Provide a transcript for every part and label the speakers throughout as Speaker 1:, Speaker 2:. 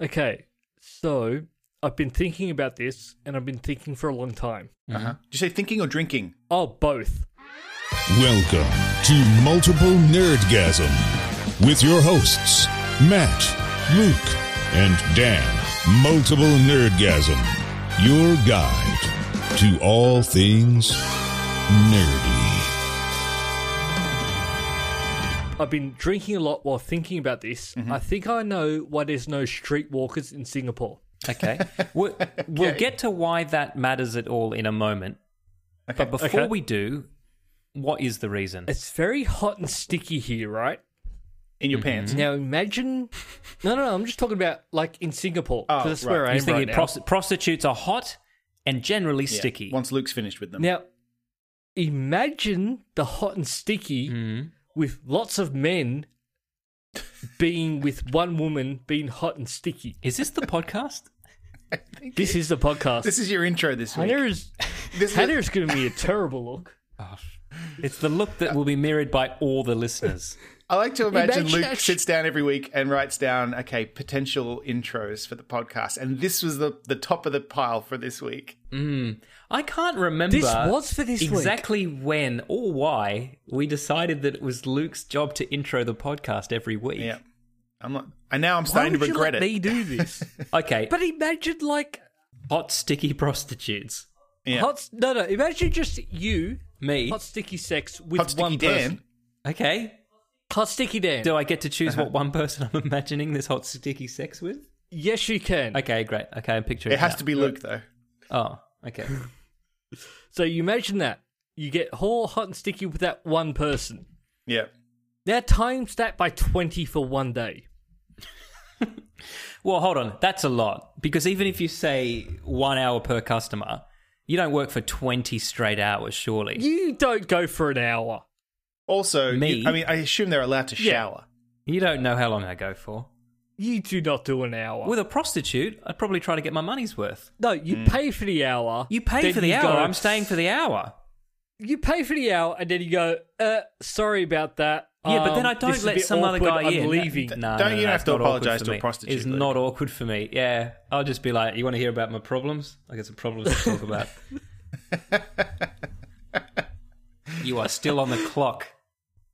Speaker 1: Okay, so I've been thinking about this, and I've been thinking for a long time.
Speaker 2: Uh-huh. Did you say thinking or drinking?
Speaker 1: Oh, both.
Speaker 3: Welcome to Multiple Nerdgasm with your hosts, Matt, Luke, and Dan. Multiple Nerdgasm, your guide to all things nerdy.
Speaker 1: I've been drinking a lot while thinking about this.
Speaker 2: Mm-hmm.
Speaker 1: I think I know why there's no streetwalkers in Singapore.
Speaker 4: Okay. We'll, we'll get to why that matters at all in a moment. But before
Speaker 1: Okay.
Speaker 4: we do, what is the reason?
Speaker 1: It's very hot and sticky here, right?
Speaker 2: Mm-hmm. In your pants.
Speaker 1: Mm-hmm. Now imagine. No, no, no. I'm just talking about like in Singapore.
Speaker 2: Oh,
Speaker 1: 'cause that's where
Speaker 2: right.
Speaker 1: I
Speaker 4: You're
Speaker 1: am right
Speaker 4: thinking
Speaker 1: now.
Speaker 4: prosti- prostitutes are hot and generally
Speaker 2: Yeah,
Speaker 4: sticky.
Speaker 2: Once Luke's finished with them.
Speaker 1: Now, imagine the hot and sticky
Speaker 2: Mm-hmm.
Speaker 1: with lots of men being with one woman being hot and sticky.
Speaker 4: Is this the podcast?
Speaker 1: This is the podcast.
Speaker 2: This is your intro this week.
Speaker 1: Hannah is,
Speaker 2: This
Speaker 1: Hannah
Speaker 2: is,
Speaker 1: is giving me a terrible look.
Speaker 4: It's the look that will be mirrored by all the listeners.
Speaker 2: I like to imagine,
Speaker 1: Imagine
Speaker 2: Luke
Speaker 1: us-
Speaker 2: sits down every week and writes down, okay, potential intros for the podcast. And this was the, the top of the pile for this week.
Speaker 4: Hmm. I can't remember
Speaker 1: This was for this week.
Speaker 4: exactly when or why we decided that it was Luke's job to intro the podcast every week.
Speaker 2: Yeah. I'm not, and now I'm
Speaker 1: Why
Speaker 2: starting
Speaker 1: would
Speaker 2: to
Speaker 1: you
Speaker 2: regret
Speaker 1: let
Speaker 2: it.
Speaker 1: me do this?
Speaker 4: Okay.
Speaker 1: but imagine like
Speaker 4: hot sticky prostitutes.
Speaker 2: Yeah.
Speaker 1: hot. No, no. Imagine just you
Speaker 4: Me.
Speaker 1: hot sticky sex with
Speaker 2: Hot Sticky
Speaker 1: one
Speaker 2: Dan.
Speaker 1: person.
Speaker 4: Okay.
Speaker 1: Hot sticky Dan.
Speaker 4: Do I get to choose what one person I'm imagining this hot sticky sex with?
Speaker 1: yes, you can.
Speaker 4: Okay, great. Okay, I'm picturing
Speaker 2: It has
Speaker 4: now.
Speaker 2: to be Luke, though.
Speaker 4: Oh, okay.
Speaker 1: So you imagine that you get whole hot and sticky with that one person.
Speaker 2: Yeah.
Speaker 1: Now times that by 20 for one day.
Speaker 4: Well, hold on. That's a lot because even if you say one hour per customer, you don't work for twenty straight hours, surely.
Speaker 1: You don't go for an hour.
Speaker 2: Also,
Speaker 4: Me?
Speaker 2: you- I mean, I assume they're allowed to
Speaker 1: Yeah.
Speaker 2: shower.
Speaker 4: You don't know how long I go for.
Speaker 1: You do not do an hour.
Speaker 4: With a prostitute, I'd probably try to get my money's worth.
Speaker 1: no, you pay for the hour.
Speaker 4: You pay
Speaker 1: then
Speaker 4: for the
Speaker 1: you
Speaker 4: hour.
Speaker 1: go-
Speaker 4: I'm staying for the hour.
Speaker 1: You pay for the hour, and then you go. Uh, sorry about that.
Speaker 4: Yeah, but then
Speaker 1: Um,
Speaker 4: I
Speaker 1: this
Speaker 4: don't
Speaker 1: is a
Speaker 4: let
Speaker 1: bit
Speaker 4: some
Speaker 1: awkward.
Speaker 4: other guy
Speaker 1: I'm
Speaker 4: in.
Speaker 1: leaving.
Speaker 4: No, no,
Speaker 2: Don't
Speaker 4: no,
Speaker 2: you
Speaker 4: no,
Speaker 2: have
Speaker 4: it's
Speaker 2: to
Speaker 4: not awkward
Speaker 2: apologise
Speaker 4: for
Speaker 2: to a
Speaker 4: me.
Speaker 2: prostitute,
Speaker 4: It's
Speaker 2: Luke.
Speaker 4: not awkward for me. Yeah, I'll just be like, "You want to hear about my problems? I got some problems to talk about." you are still on the clock,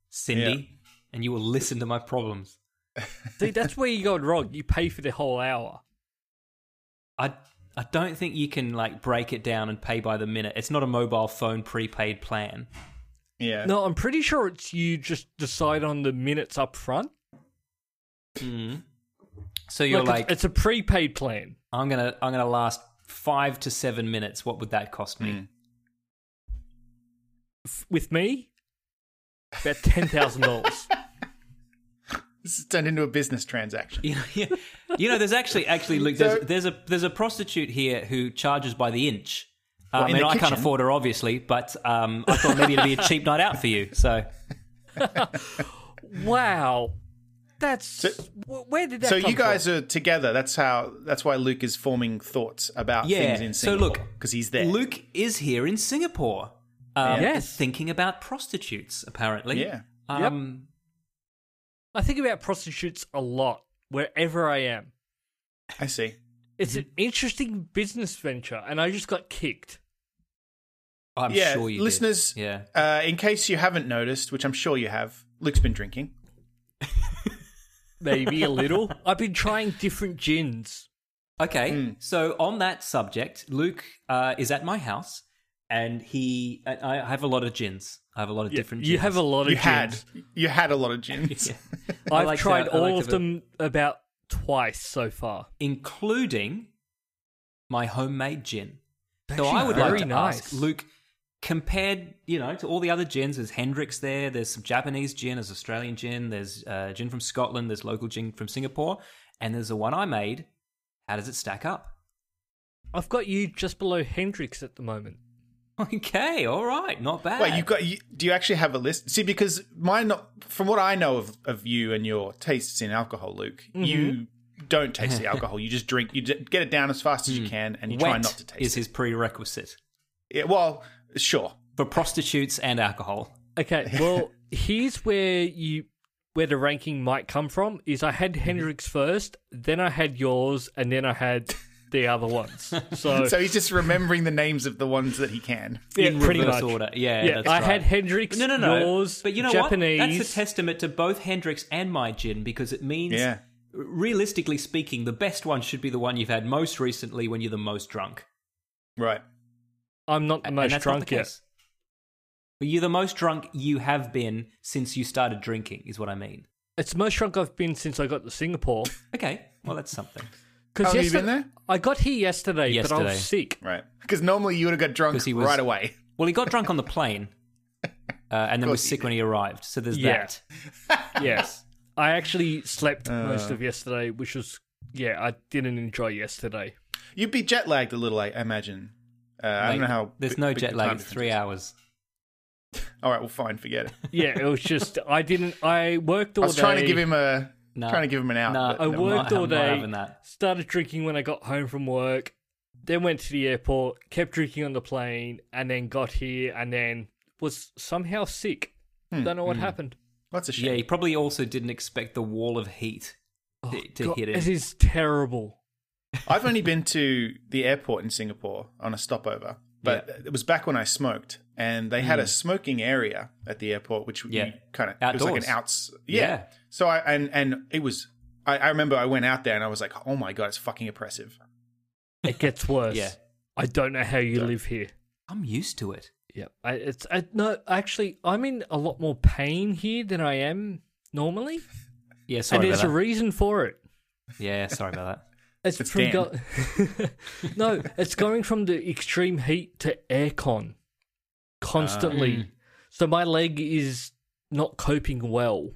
Speaker 4: Cindy, and you will listen to my problems.
Speaker 1: See, that's where you're going wrong. You pay for the whole hour.
Speaker 4: I I don't think you can like break it down and pay by the minute. It's not a mobile phone prepaid plan.
Speaker 2: Yeah.
Speaker 1: No, I'm pretty sure it's you just decide on the minutes up front.
Speaker 2: Mm-hmm.
Speaker 4: So you're
Speaker 1: Like,
Speaker 4: like,
Speaker 1: it's, it's a prepaid plan.
Speaker 4: "I'm gonna I'm gonna last five to seven minutes. What would that cost
Speaker 2: Mm.
Speaker 4: me?"
Speaker 1: F- With me, about ten thousand dollars.
Speaker 2: This has turned into a business transaction.
Speaker 4: You know, yeah. you know, there's actually actually Luke, there's, there's a there's a prostitute here who charges by the inch. Um,
Speaker 2: in
Speaker 4: and
Speaker 2: the
Speaker 4: I can't
Speaker 2: kitchen?
Speaker 4: afford her, obviously, but um, I thought maybe it'd be a cheap night out for you. So
Speaker 1: Wow, that's wh- where did that?
Speaker 2: so
Speaker 1: come
Speaker 2: you guys
Speaker 1: from?
Speaker 2: are together. That's how. That's why Luke is forming thoughts about
Speaker 4: Yeah.
Speaker 2: Uh, things in
Speaker 4: So
Speaker 2: Singapore.
Speaker 4: look,
Speaker 2: because he's there.
Speaker 4: Luke is here in Singapore, um,
Speaker 1: Yes.
Speaker 4: and thinking about prostitutes. Apparently,
Speaker 2: Yeah.
Speaker 1: Yep.
Speaker 4: Um,
Speaker 1: I think about prostitutes a lot wherever I am.
Speaker 2: I see.
Speaker 1: It's
Speaker 4: Mm-hmm.
Speaker 1: an interesting business venture, and I just got kicked.
Speaker 4: I'm
Speaker 2: yeah,
Speaker 4: sure you did.
Speaker 2: listeners.
Speaker 4: Yeah,
Speaker 2: Uh, in case you haven't noticed, which I'm sure you have, Luke's been drinking.
Speaker 1: Maybe a little. I've been trying different gins.
Speaker 4: Okay,
Speaker 2: Hmm.
Speaker 4: so on that subject, Luke uh, is at my house, and he. and I I have a lot of gins. I have a lot of
Speaker 1: Yeah,
Speaker 4: different.
Speaker 1: you
Speaker 4: gins.
Speaker 1: have a lot of
Speaker 2: you
Speaker 1: gins.
Speaker 2: had you had a lot of gins.
Speaker 4: Yeah. I
Speaker 1: I've
Speaker 4: liked
Speaker 1: tried
Speaker 4: that- I
Speaker 1: all
Speaker 4: liked
Speaker 1: of
Speaker 4: it.
Speaker 1: them about twice so far.
Speaker 4: including my homemade gin. So
Speaker 1: actually
Speaker 4: I would
Speaker 1: very
Speaker 4: like to
Speaker 1: nice.
Speaker 4: ask Luke, compared you know to all the other gins, there's Hendricks there, there's some Japanese gin, there's Australian gin, there's uh, gin from Scotland, there's local gin from Singapore, and there's the one I made. How does it stack up?
Speaker 1: I've got you just below Hendrix at the moment.
Speaker 4: Okay, all right, not bad.
Speaker 2: Wait, you got? You, do you actually have a list? See, because my not from what I know of, of you and your tastes in alcohol, Luke,
Speaker 4: Mm-hmm.
Speaker 2: you don't taste the alcohol. You just drink. You d- get it down as fast as you can, and you
Speaker 4: Hmm. Wet
Speaker 2: try not to taste
Speaker 4: is
Speaker 2: it.
Speaker 4: his prerequisite
Speaker 2: Yeah, well, sure.
Speaker 4: for prostitutes and alcohol.
Speaker 1: Okay, well, here's where you where the ranking might come from is I
Speaker 4: Mm-hmm.
Speaker 1: had Hendrix first, then I had yours, and then I had the other ones. So,
Speaker 2: So he's just remembering the names of the ones that he can.
Speaker 1: yeah,
Speaker 4: in
Speaker 1: pretty
Speaker 4: reverse
Speaker 1: much.
Speaker 4: order. Yeah,
Speaker 1: yeah.
Speaker 4: that's
Speaker 1: I
Speaker 4: right.
Speaker 1: had Hendrix,
Speaker 4: No, no, no.
Speaker 1: yours,
Speaker 4: but you know
Speaker 1: Japanese.
Speaker 4: what? That's a testament to both Hendrix and my gin because it means,
Speaker 2: Yeah.
Speaker 4: realistically speaking, the best one should be the one you've had most recently when you're the most drunk.
Speaker 2: Right.
Speaker 1: I'm not the
Speaker 4: And
Speaker 1: most
Speaker 4: that's not the
Speaker 1: drunk yet.
Speaker 4: case. But you're the most drunk you have been since you started drinking, is what I mean.
Speaker 1: It's the most drunk I've been since I got to Singapore.
Speaker 4: Okay, well that's something.
Speaker 2: How
Speaker 1: Because
Speaker 2: long Oh, have you been there?
Speaker 1: I got here yesterday, but I
Speaker 4: Yesterday.
Speaker 1: was sick.
Speaker 2: Right. Because normally you would have got drunk
Speaker 4: 'Cause he was-
Speaker 2: right away.
Speaker 4: Well, he got drunk on the plane, uh, and then was
Speaker 2: course he
Speaker 4: sick when he arrived. So there's
Speaker 1: Yeah.
Speaker 4: that.
Speaker 1: Yes, I actually slept
Speaker 2: Uh.
Speaker 1: most of yesterday, which was yeah, I didn't enjoy yesterday.
Speaker 2: You'd be jet lagged a little, I imagine. Uh, I don't
Speaker 4: Like,
Speaker 2: know how.
Speaker 4: There's
Speaker 2: big-
Speaker 4: no
Speaker 2: big the
Speaker 4: jet
Speaker 2: time
Speaker 4: lag. It's
Speaker 2: difference
Speaker 4: three
Speaker 2: is.
Speaker 4: hours.
Speaker 2: All right, well, fine, forget it.
Speaker 1: Yeah, it was just I didn't. I worked all
Speaker 2: I was
Speaker 1: day.
Speaker 2: trying to give him a
Speaker 4: No.
Speaker 2: trying to give him an out.
Speaker 4: No.
Speaker 2: but
Speaker 1: I
Speaker 2: never
Speaker 4: work-
Speaker 2: mind.
Speaker 1: worked all
Speaker 4: I'm not
Speaker 1: day.
Speaker 4: having that.
Speaker 1: Started drinking when I got home from work. Then went to the airport, kept drinking on the plane, and then got here, and then was somehow sick.
Speaker 2: Hmm.
Speaker 1: Don't know what
Speaker 4: Hmm.
Speaker 1: happened.
Speaker 2: That's a
Speaker 4: Yeah,
Speaker 2: shame.
Speaker 4: he probably also didn't expect the wall of heat to, to
Speaker 1: Oh, God,
Speaker 4: hit him.
Speaker 1: it is terrible.
Speaker 2: I've only been to the airport in Singapore on a stopover, but it was back when I smoked, and they had a smoking area at the airport, which
Speaker 4: Mm. Yeah.
Speaker 2: you kind of it was like
Speaker 4: Outdoors.
Speaker 2: an outs. Yeah.
Speaker 4: Yeah.
Speaker 2: So I and and it was. I, I remember I went out there and I was like, oh my god, it's fucking oppressive.
Speaker 1: It gets worse.
Speaker 4: Yeah.
Speaker 1: I don't know how you live here.
Speaker 4: I'm used to it.
Speaker 1: Yeah, I, it's I, no. Actually, I'm in a lot more pain here than I am normally,
Speaker 4: Yeah, sorry
Speaker 1: and
Speaker 4: about
Speaker 1: there's a
Speaker 4: that.
Speaker 1: reason for it.
Speaker 4: yeah, sorry about
Speaker 1: It's,
Speaker 2: It's
Speaker 1: from
Speaker 2: Dan.
Speaker 1: go- no, it's going from the extreme heat to aircon constantly. So my leg is not coping well.
Speaker 4: that.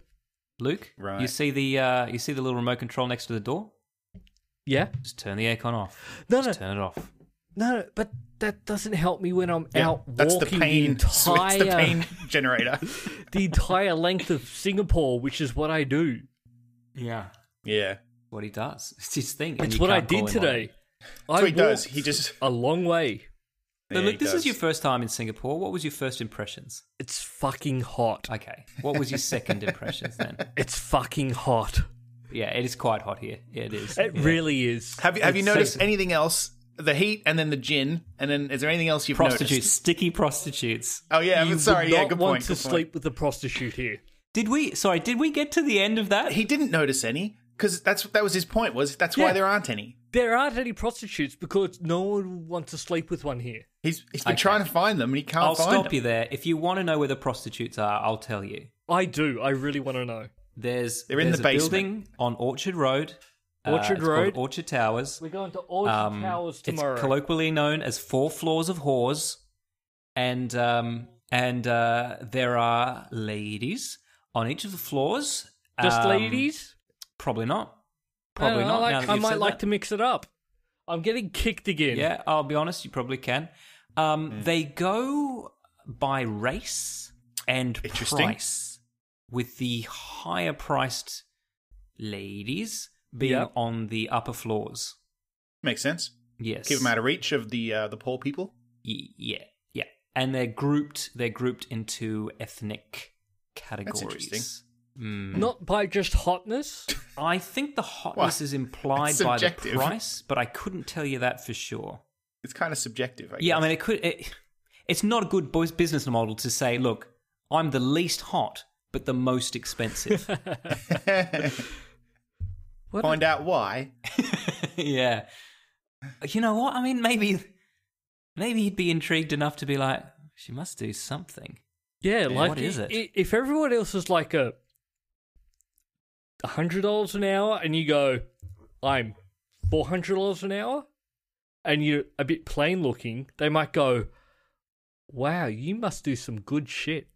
Speaker 4: Luke, you
Speaker 2: Right.
Speaker 4: see the uh, you see the little remote control next to the door?
Speaker 1: Yeah,
Speaker 4: Just turn the aircon off.
Speaker 1: no, no,
Speaker 4: Just turn it off.
Speaker 1: no, but that doesn't help me when I'm
Speaker 2: Yeah,
Speaker 1: out
Speaker 2: that's the
Speaker 1: walking
Speaker 2: pain.
Speaker 1: the entire
Speaker 2: It's the pain generator.
Speaker 1: the entire length of Singapore, which is what I do.
Speaker 4: Yeah,
Speaker 2: yeah.
Speaker 4: what he does. It's his thing. and
Speaker 1: It's
Speaker 4: you
Speaker 1: what I
Speaker 4: can't call
Speaker 1: did
Speaker 4: him on it.
Speaker 1: today. I
Speaker 2: So he does.
Speaker 1: walked
Speaker 2: He just.
Speaker 1: a long way.
Speaker 4: So,
Speaker 2: Yeah,
Speaker 4: Luke,
Speaker 2: he
Speaker 4: this
Speaker 2: does.
Speaker 4: is your first time in Singapore. What was your first impressions?
Speaker 1: It's fucking hot.
Speaker 4: Okay, what was your second impressions then?
Speaker 1: It's fucking hot.
Speaker 4: Yeah, it is quite hot here. Yeah, it is.
Speaker 1: It
Speaker 4: Yeah.
Speaker 1: really is.
Speaker 2: Have you have you
Speaker 4: It's
Speaker 2: noticed
Speaker 4: sexy.
Speaker 2: anything else? The heat and then the gin, and then is there anything else you've
Speaker 4: prostitutes,
Speaker 2: noticed?
Speaker 4: sticky prostitutes.
Speaker 2: Oh yeah, I'm
Speaker 1: You
Speaker 2: sorry.
Speaker 1: would
Speaker 2: Yeah,
Speaker 1: not
Speaker 2: good
Speaker 1: want
Speaker 2: point.
Speaker 1: to
Speaker 2: good point.
Speaker 1: sleep with a prostitute here.
Speaker 4: Did we? Sorry, did we get to the end of that?
Speaker 2: He didn't notice any because that's that was his point. Was that's
Speaker 1: Yeah.
Speaker 2: why there aren't any.
Speaker 1: There aren't any prostitutes because no one would want to sleep with one here.
Speaker 2: He's he's been
Speaker 4: Okay.
Speaker 2: trying to find them and he can't
Speaker 4: I'll
Speaker 2: find
Speaker 4: stop
Speaker 2: them.
Speaker 4: you there. If you want to know where the prostitutes are, I'll tell you.
Speaker 1: I do. I really want to know.
Speaker 4: There's
Speaker 2: They're in
Speaker 4: there's
Speaker 2: the
Speaker 4: a
Speaker 2: basement.
Speaker 4: building on Orchard Road. uh,
Speaker 1: Orchard
Speaker 4: it's called
Speaker 1: Road?
Speaker 4: Orchard Towers.
Speaker 1: We're going to Orchard
Speaker 4: Um,
Speaker 1: Towers
Speaker 4: it's
Speaker 1: tomorrow.
Speaker 4: colloquially known as Four Floors of Whores, and um, and uh, there are ladies on each of the floors.
Speaker 1: Just
Speaker 4: Um,
Speaker 1: ladies?
Speaker 4: Probably not.
Speaker 1: I don't
Speaker 4: Probably
Speaker 1: know, I,
Speaker 4: not. now
Speaker 1: like,
Speaker 4: that
Speaker 1: I
Speaker 4: you've
Speaker 1: might
Speaker 4: said
Speaker 1: like
Speaker 4: that.
Speaker 1: to mix it up. I'm getting kicked again.
Speaker 4: Yeah, I'll be honest, you probably can. Um, They go by race and
Speaker 2: Interesting.
Speaker 4: price, with the higher priced ladies being
Speaker 1: Yep.
Speaker 4: on the upper floors.
Speaker 2: Makes sense.
Speaker 4: Yes.
Speaker 2: Keep him out of reach of the uh, the poor people.
Speaker 4: Y- yeah, yeah. And they're grouped. They're grouped into ethnic categories.
Speaker 2: interesting.
Speaker 4: Mm.
Speaker 1: Not by just hotness.
Speaker 4: I think the hotness
Speaker 2: Well,
Speaker 4: is implied
Speaker 2: it's
Speaker 4: by the
Speaker 2: subjective.
Speaker 4: price, but I couldn't tell you that for sure.
Speaker 2: It's kind of subjective. I
Speaker 4: Yeah, I
Speaker 2: guess.
Speaker 4: mean, it could. It, it's not a good bus- business model to say, "Look, I'm the least hot, but the most expensive."
Speaker 1: What
Speaker 2: find out why.
Speaker 4: yeah, you know what? I mean, maybe, maybe he'd be intrigued enough to be like, "She must do something."
Speaker 1: Yeah, like
Speaker 4: What is
Speaker 1: i-
Speaker 4: it?
Speaker 1: i- If everyone else is like a hundred dollars an hour, and you go, I'm four hundred dollars an hour, and you're a bit plain looking, they might go, "Wow, you must do some good shit."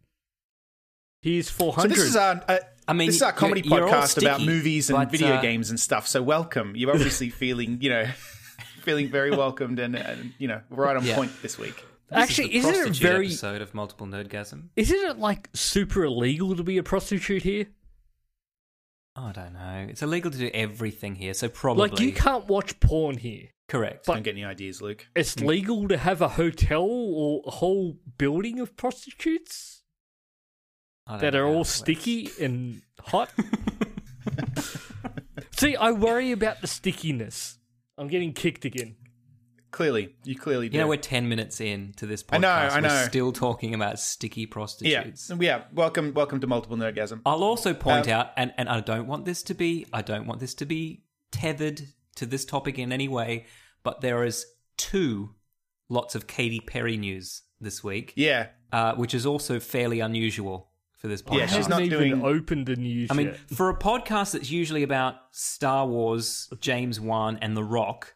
Speaker 1: Here's four
Speaker 2: So
Speaker 1: hundred.
Speaker 2: this is our. Uh,
Speaker 4: I mean,
Speaker 2: this is our
Speaker 4: you're-
Speaker 2: comedy
Speaker 4: you're all
Speaker 2: podcast about
Speaker 4: sticky,
Speaker 2: movies and
Speaker 4: but,
Speaker 2: video
Speaker 4: uh,
Speaker 2: games and stuff. So welcome. You're obviously feeling, you know, feeling very welcomed and, and you know, right on
Speaker 4: Yeah.
Speaker 2: point this week.
Speaker 1: Actually,
Speaker 4: this is
Speaker 1: isn't
Speaker 4: the
Speaker 1: it
Speaker 4: prostitute
Speaker 1: very?
Speaker 4: episode of multiple nerdgasm?
Speaker 1: Isn't it like super illegal to be a prostitute here?
Speaker 4: Oh, I don't know. It's illegal to do everything here, so probably
Speaker 1: Like you can't watch porn here.
Speaker 4: correct.
Speaker 1: But-
Speaker 2: Don't get any ideas, Luke.
Speaker 1: It's legal to have a hotel or a whole building of prostitutes.
Speaker 4: I don't
Speaker 1: that
Speaker 4: know
Speaker 1: are
Speaker 4: how
Speaker 1: all
Speaker 4: it
Speaker 1: sticky and hot. See, I worry about the stickiness. I'm getting kicked again.
Speaker 2: Clearly, you clearly do.
Speaker 4: You know, we're 10 minutes in to this podcast.
Speaker 2: I know, I
Speaker 4: We're
Speaker 2: know.
Speaker 4: still talking about sticky
Speaker 2: yeah,
Speaker 4: prostitutes.
Speaker 2: yeah. Welcome, welcome to multiple nerdgasm.
Speaker 4: I'll also point
Speaker 2: Um,
Speaker 4: out, and, and I don't want this to be, I don't want this to be tethered to this topic in any way, but there is two lots of Katy Perry news this week,
Speaker 2: Yeah,
Speaker 4: uh, which is also fairly unusual for this podcast.
Speaker 2: Yeah, she's
Speaker 1: I haven't
Speaker 2: not
Speaker 1: even
Speaker 2: doing-
Speaker 1: opened the news
Speaker 4: I mean,
Speaker 1: yet.
Speaker 4: for a podcast that's usually about Star Wars, James Wan, and The Rock,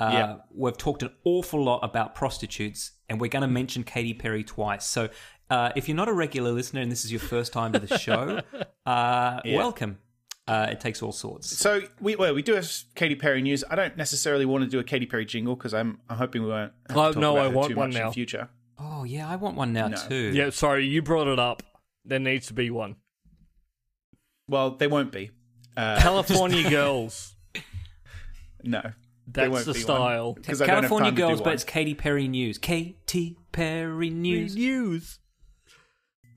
Speaker 4: uh,
Speaker 2: Yeah.
Speaker 4: we've talked an awful lot about prostitutes, and we're going to mention Katy Perry twice. So, uh, if you're not a regular listener and this is your first time to the show, uh, welcome. Uh, it takes all sorts.
Speaker 2: So we well, we do have Katy Perry news. I don't necessarily want to do a Katy Perry jingle because I'm I'm hoping we won't. Have
Speaker 1: Oh,
Speaker 2: to talk
Speaker 1: no,
Speaker 2: about
Speaker 1: I
Speaker 2: her
Speaker 1: want
Speaker 2: too
Speaker 1: one
Speaker 2: much
Speaker 1: now.
Speaker 2: In future.
Speaker 4: Oh yeah, I want one now
Speaker 2: No.
Speaker 4: too.
Speaker 1: yeah, sorry, you brought it up. There needs to be one.
Speaker 2: Well, they won't be. Uh,
Speaker 1: California girls.
Speaker 2: no, there
Speaker 1: That's
Speaker 2: won't
Speaker 1: the
Speaker 2: be one,
Speaker 1: style.
Speaker 2: 'cause I don't have
Speaker 4: California
Speaker 2: time to do
Speaker 4: Girls, but
Speaker 2: one.
Speaker 4: it's Katy Perry news. Katy Perry news.
Speaker 1: News.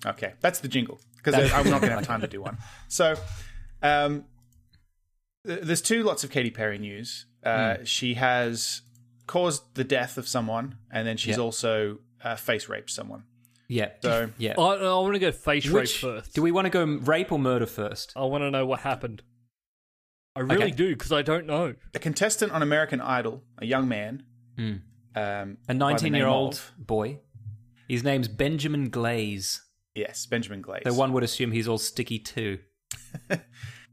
Speaker 2: okay, that's the jingle because I'm not going to have time to do one. So, um, th- there's two lots of Katy Perry news. Uh,
Speaker 4: Hmm.
Speaker 2: She has caused the death of someone, and then she's
Speaker 4: Yeah.
Speaker 2: also uh, face raped someone.
Speaker 4: Yeah,
Speaker 2: So-
Speaker 4: yeah.
Speaker 1: I, I want to go face rape
Speaker 4: Which,
Speaker 1: first.
Speaker 4: do we want to go rape or murder first?
Speaker 1: I want to know what happened. I really
Speaker 4: Okay.
Speaker 1: do because I don't know.
Speaker 2: A contestant on American Idol, a young man,
Speaker 4: Hmm.
Speaker 2: um, by
Speaker 4: A
Speaker 2: the
Speaker 4: 19 year
Speaker 2: name
Speaker 4: old
Speaker 2: of-
Speaker 4: boy. His name's Benjamin Glaze.
Speaker 2: Yes, Benjamin Glaze.
Speaker 4: Though one would assume he's all sticky too.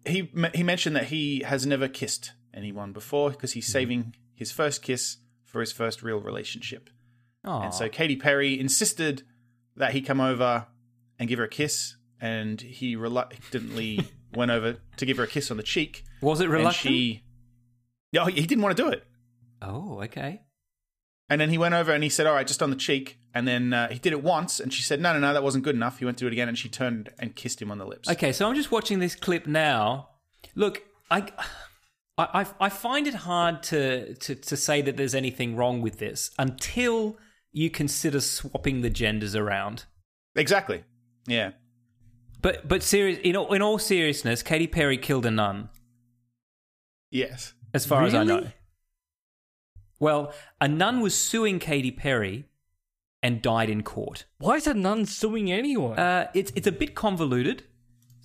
Speaker 2: he he mentioned that he has never kissed anyone before because
Speaker 4: Hmm.
Speaker 2: he's saving his first kiss for his first real relationship.
Speaker 4: Oh,
Speaker 2: And so Katy Perry insisted that he come over and give her a kiss, and he reluctantly went over to give her a kiss on the cheek.
Speaker 4: was it
Speaker 2: And
Speaker 4: reluctant?
Speaker 2: she, no, he didn't want to do it.
Speaker 4: Oh, okay.
Speaker 2: And then he went over and he said, "All right, just on the cheek." And then uh, he did it once, and she said, "No, no, no, that wasn't good enough." He went to do it again, and she turned and kissed him on the lips.
Speaker 4: Okay, so I'm just watching this clip now. Look, I, I, I- I find it hard to, to, to say that there's anything wrong with this until you consider swapping the genders around.
Speaker 2: Exactly. Yeah.
Speaker 4: But but serious in all, in all seriousness, Katy Perry killed a nun.
Speaker 2: Yes.
Speaker 4: as far as I
Speaker 1: Really?
Speaker 4: know. Well, a nun was suing Katy Perry and died in court.
Speaker 1: Why is a nun suing anyone?
Speaker 4: Uh, it's it's a bit convoluted.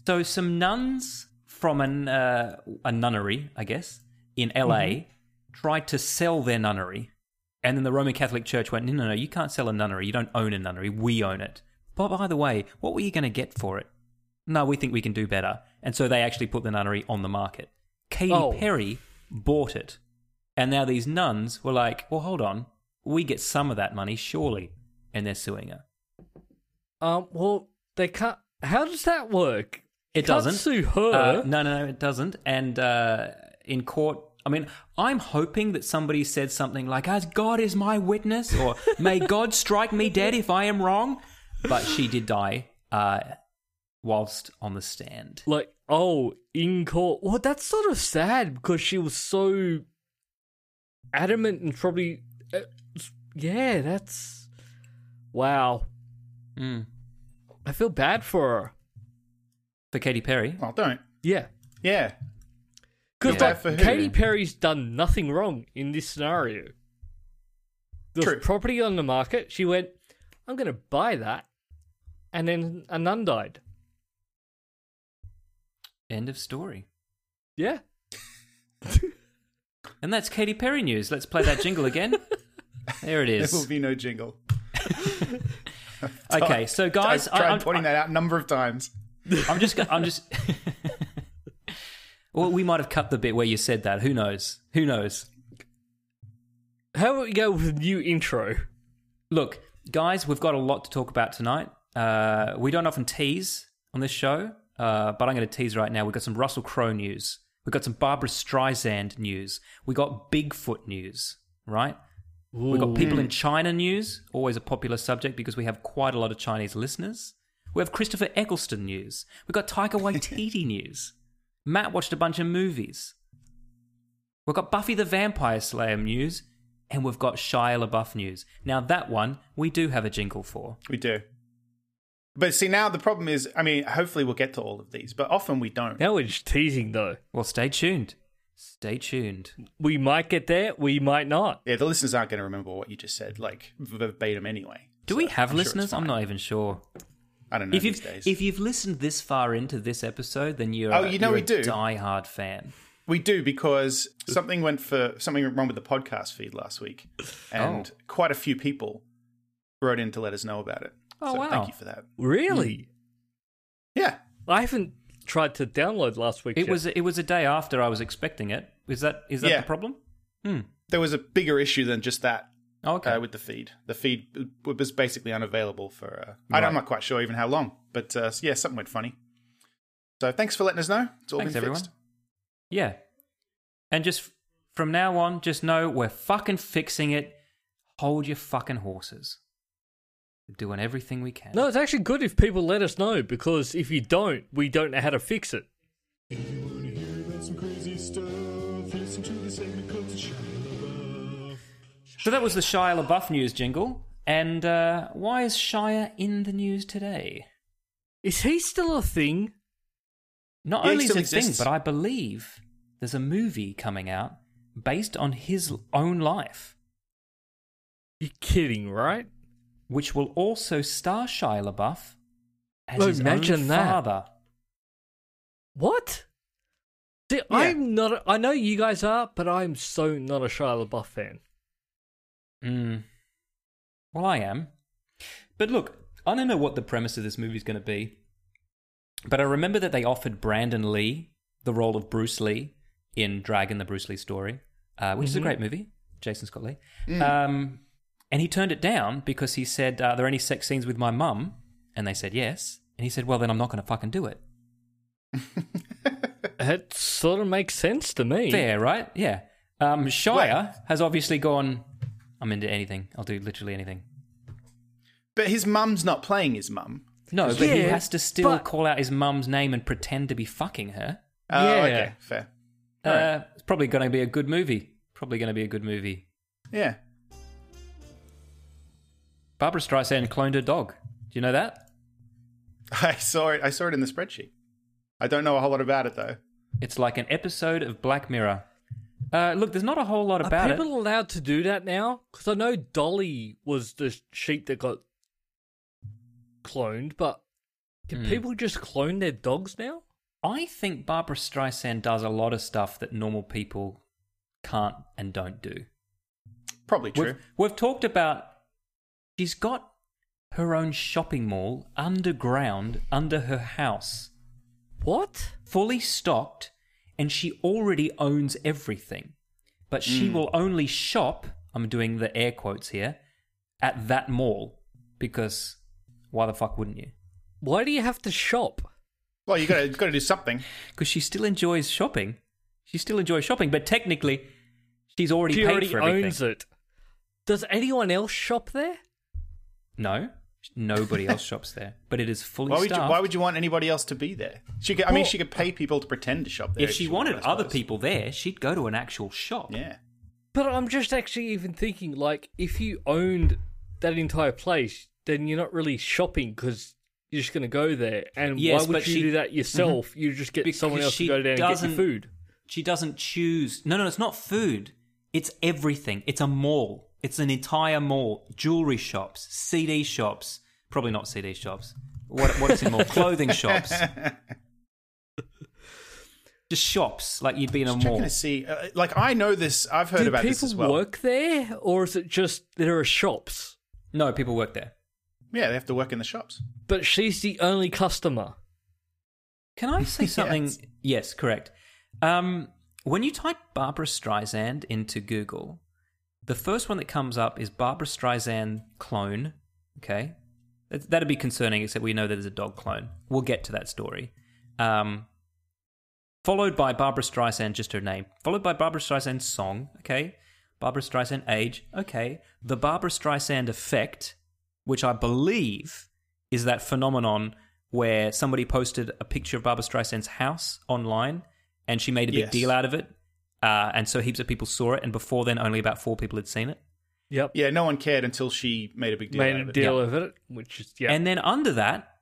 Speaker 4: So some nuns from an uh, a nunnery, I guess, in LA, tried to sell their nunnery, and then the Roman Catholic Church went, no, no, no, you can't sell a nunnery. You don't own a nunnery. We own it. But by the way, what were you going to get for it? No, we think we can do better. And so they actually put the nunnery on the market. Katy
Speaker 1: Oh.
Speaker 4: Perry bought it, and now these nuns were like, well, hold on, we get some of that money surely, and they're suing her.
Speaker 1: um, well, they can't. How does that work?
Speaker 4: It
Speaker 1: Can't
Speaker 4: doesn't
Speaker 1: sue her.
Speaker 4: Uh, no, no, no, it doesn't. And uh, in court, I mean, I'm hoping that somebody said something like, "As God is my witness," or "May God strike me dead if I am wrong." But she did die uh, whilst on the stand.
Speaker 1: Like, oh, in court. Well, that's sort of sad because she was so adamant and probably. Uh, yeah, that's. Wow.
Speaker 4: Mm.
Speaker 1: I feel bad for her.
Speaker 4: For Katy Perry,
Speaker 2: Well, don't.
Speaker 1: Yeah.
Speaker 2: Yeah.
Speaker 1: Because
Speaker 2: Yeah. For
Speaker 1: like,
Speaker 2: who?
Speaker 1: Katy Perry's done nothing wrong in this scenario. There's
Speaker 2: True.
Speaker 1: property on the market. She went, I'm going to buy that. And then a nun died.
Speaker 4: end of story.
Speaker 1: Yeah.
Speaker 4: And that's Katy Perry news. Let's play that jingle again. There it
Speaker 2: There will
Speaker 4: is.
Speaker 2: be no jingle.
Speaker 4: Okay, so guys,
Speaker 2: I've tried
Speaker 4: I, I'm,
Speaker 2: pointing that out a number of times.
Speaker 4: I'm just. go- I'm just. well, we might have cut the bit where you said that. Who knows? Who knows?
Speaker 1: How about we go with a new intro?
Speaker 4: Look, guys, we've got a lot to talk about tonight. Uh, we don't often tease on this show, uh, but I'm going to tease right now. We've got some Russell Crowe news. We've got some Barbara Streisand news. We got Bigfoot news, right? We've got people
Speaker 2: Hmm.
Speaker 4: in China news, always a popular subject because we have quite a lot of Chinese listeners. We have Christopher Eccleston news. We've got Taika Waititi news. Matt watched a bunch of movies. We've got Buffy the Vampire Slayer news, and we've got Shia LaBeouf news. Now, that one we do have a jingle for.
Speaker 2: We do. But see, now the problem is, I mean, hopefully we'll get to all of these, but often we don't.
Speaker 1: Now we're just teasing, though.
Speaker 4: Well, stay tuned. Stay tuned.
Speaker 1: We might get there, we might not.
Speaker 2: Yeah, the listeners aren't going to remember what you just said, like verbatim anyway.
Speaker 4: Do
Speaker 2: So
Speaker 4: we
Speaker 2: I'm
Speaker 4: have
Speaker 2: sure it's
Speaker 4: listeners? I'm
Speaker 2: fine.
Speaker 4: not even sure.
Speaker 2: I don't know
Speaker 4: If
Speaker 2: these
Speaker 4: you've
Speaker 2: days.
Speaker 4: if you've listened this far into this episode, then you're
Speaker 2: Oh,
Speaker 4: a-
Speaker 2: you know
Speaker 4: you're
Speaker 2: we
Speaker 4: a
Speaker 2: do.
Speaker 4: diehard fan.
Speaker 2: we do because something went for something went wrong with the podcast feed last week,
Speaker 4: Oh.
Speaker 2: and quite a few people wrote in to let us know about it.
Speaker 4: Oh,
Speaker 2: so
Speaker 4: wow.
Speaker 2: Thank you for that.
Speaker 1: Really?
Speaker 2: Yeah,
Speaker 1: I haven't tried to download last week.
Speaker 4: It
Speaker 1: yet.
Speaker 4: was it was a day after I was expecting it. Is that is that
Speaker 2: Yeah.
Speaker 4: the problem? Hmm.
Speaker 2: there was a bigger issue than just that
Speaker 4: Oh, okay.
Speaker 2: uh, with the feed. The feed w- was basically unavailable for. Uh, I don't- I'm
Speaker 4: Right.
Speaker 2: not quite sure even how long, but uh, yeah, something went funny. So thanks for letting us know. It's all
Speaker 4: Thanks,
Speaker 2: been
Speaker 4: everyone.
Speaker 2: fixed.
Speaker 4: Yeah. And just f- from now on, just know we're fucking fixing it. Hold your fucking horses. We're doing everything we can.
Speaker 1: No, it's actually good if people let us know because if you don't, we don't know how to fix it.
Speaker 4: So that was the Shia LaBeouf news jingle. And uh, why is Shia in the news today?
Speaker 1: Is he still a thing?
Speaker 4: Not
Speaker 2: Yeah, he
Speaker 4: only is
Speaker 2: still
Speaker 4: it a thing,
Speaker 2: exists.
Speaker 4: but I believe there's a movie coming out based on his own life,
Speaker 1: You're kidding, right?
Speaker 4: which will also star Shia LaBeouf as
Speaker 1: Oh,
Speaker 4: his
Speaker 1: imagine
Speaker 4: own
Speaker 1: that.
Speaker 4: father.
Speaker 1: What? See, I'm not. A, I know you guys are, but I'm so not a Shia LaBeouf fan.
Speaker 4: Mm. Well, I am. But look, I don't know what the premise of this movie is going to be. But I remember that they offered Brandon Lee the role of Bruce Lee in Dragon, the Bruce Lee story, uh, which is a
Speaker 1: Mhm.
Speaker 4: great movie, Jason Scott Lee. Um, and he turned it down because he said, Are there any sex scenes with my mum? And they said, Yes. And he said, Well, then I'm not going to fucking do it.
Speaker 1: It sort of makes sense to me.
Speaker 4: Fair, right? Yeah. Um, Shia
Speaker 2: Right.
Speaker 4: has obviously gone, I'm into anything. I'll do literally anything.
Speaker 2: But his mum's not playing his mum.
Speaker 4: No, but he
Speaker 1: Yeah,
Speaker 4: has to still
Speaker 1: but-
Speaker 4: call out his mum's name and pretend to be fucking her.
Speaker 2: Oh,
Speaker 1: Yeah.
Speaker 2: okay, fair. All right.
Speaker 4: Uh, it's probably going to be a good movie. Probably going to be a good movie.
Speaker 2: Yeah.
Speaker 4: Barbara Streisand cloned her dog. Do you know that?
Speaker 2: I saw it. I saw it in the spreadsheet. I don't know a whole lot about it though.
Speaker 4: It's like an episode of Black Mirror. Uh, look, there's not a whole lot
Speaker 1: Are
Speaker 4: about
Speaker 1: people
Speaker 4: it.
Speaker 1: allowed to do that now? Because I know Dolly was the sheep that got cloned, but can
Speaker 4: Hmm.
Speaker 1: people just clone their dogs now?
Speaker 4: I think Barbara Streisand does a lot of stuff that normal people can't and don't do.
Speaker 2: Probably true.
Speaker 4: We've, we've talked about she's got her own shopping mall underground under her house.
Speaker 1: What?
Speaker 4: fully stocked and she already owns everything. But she
Speaker 2: Mm.
Speaker 4: will only shop, I'm doing the air quotes here, at that mall because why the fuck wouldn't you?
Speaker 1: Why do you have to shop?
Speaker 2: Well, you gotta gotta do something.
Speaker 4: Because she still enjoys shopping. She still enjoys shopping, but technically she's already
Speaker 1: She
Speaker 4: paid
Speaker 1: already
Speaker 4: for everything.
Speaker 1: owns it. Does anyone else shop there?
Speaker 4: No. Nobody else shops there, but it is fully
Speaker 2: Why would, you,
Speaker 4: staffed.
Speaker 2: why would you want anybody else to be there? She could, I mean,
Speaker 1: Well-
Speaker 2: she could pay people to pretend to shop there.
Speaker 4: if she
Speaker 2: wanted,
Speaker 4: wanted
Speaker 2: I
Speaker 4: other
Speaker 2: suppose.
Speaker 4: people there, she'd go to an actual shop.
Speaker 2: yeah.
Speaker 1: But I'm just actually even thinking, like, if you owned that entire place, then you're not really shopping because you're just going to go there. And
Speaker 4: Yes,
Speaker 1: why would
Speaker 4: but
Speaker 1: you
Speaker 4: she- Mm-hmm.
Speaker 1: do that yourself? You just get someone
Speaker 4: Because
Speaker 1: else to
Speaker 4: she
Speaker 1: go down and get your
Speaker 4: doesn't-
Speaker 1: food.
Speaker 4: She doesn't choose. No, no, it's not food. It's everything. It's a mall. It's an entire mall. Jewelry shops, CD shops. Probably not CD shops. What, what's in more? Clothing shops. Just shops, like you'd be in a
Speaker 2: Just checking
Speaker 4: mall.
Speaker 2: to see. Uh, like, I know this. I've heard
Speaker 1: Do
Speaker 2: about
Speaker 1: people
Speaker 2: this as well.
Speaker 1: work there, or is it just there are shops?
Speaker 4: No, people work there.
Speaker 2: Yeah, they have to work in the shops.
Speaker 1: But she's the only customer.
Speaker 4: Can I say
Speaker 2: Yes.
Speaker 4: something? yes. correct. Um, when you type Barbara Streisand into Google, the first one that comes up is Barbara Streisand clone. Okay, That- that'd be concerning, except we know that there's a dog clone. We'll get to that story. Um, followed by Barbara Streisand, just her name. Followed by Barbara Streisand song. Okay, Barbara Streisand age. Okay, the Barbara Streisand effect, which I believe is that phenomenon where somebody posted a picture of Barbara Streisand's house online and she made a big
Speaker 2: Yes.
Speaker 4: deal out of it. Uh, and so heaps of people saw it. And before then, only about four people had seen it.
Speaker 1: Yep.
Speaker 2: Yeah, no one cared until she made a big deal.
Speaker 1: Made
Speaker 2: out
Speaker 1: a
Speaker 2: of it.
Speaker 1: deal of it, which is, yeah.
Speaker 4: And then under that,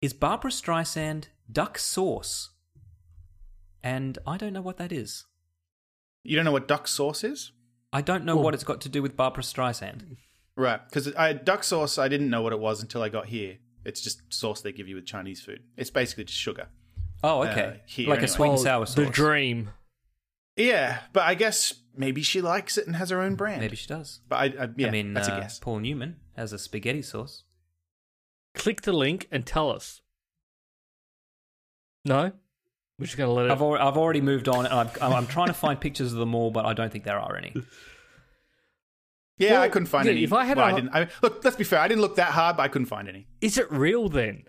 Speaker 4: is Barbara Streisand duck sauce. And I don't know what that is.
Speaker 2: You don't know what duck sauce is?
Speaker 4: I don't know what it's got to do with Barbara
Speaker 2: uh,
Speaker 4: Streisand.
Speaker 2: Right, because I duck sauce, I didn't know what it was until I got here. It's just sauce they give you with Chinese food. It's basically just sugar.
Speaker 4: Oh,
Speaker 2: Uh,
Speaker 4: okay.
Speaker 2: here,
Speaker 4: like
Speaker 2: anyway.
Speaker 4: a sweet and sour
Speaker 1: Oh, the
Speaker 4: sauce.
Speaker 1: dream.
Speaker 2: Yeah, but I guess maybe she likes it and has her own brand.
Speaker 4: Maybe she does.
Speaker 2: But I, I, yeah,
Speaker 4: I mean,
Speaker 2: that's
Speaker 4: uh,
Speaker 2: a guess.
Speaker 4: Paul Newman has a spaghetti sauce.
Speaker 1: Click the link and tell us. No, we're just gonna let it.
Speaker 4: I've, al- I've already moved on. And I've, I'm I'm trying to find pictures of them all, but I don't think there are any.
Speaker 2: Yeah,
Speaker 1: Well,
Speaker 2: I couldn't find
Speaker 1: yeah,
Speaker 2: any.
Speaker 1: if I had
Speaker 2: well,
Speaker 1: a-
Speaker 2: I didn't. I, look, let's be fair. I didn't look that hard, but I couldn't find any.
Speaker 1: Is it real then?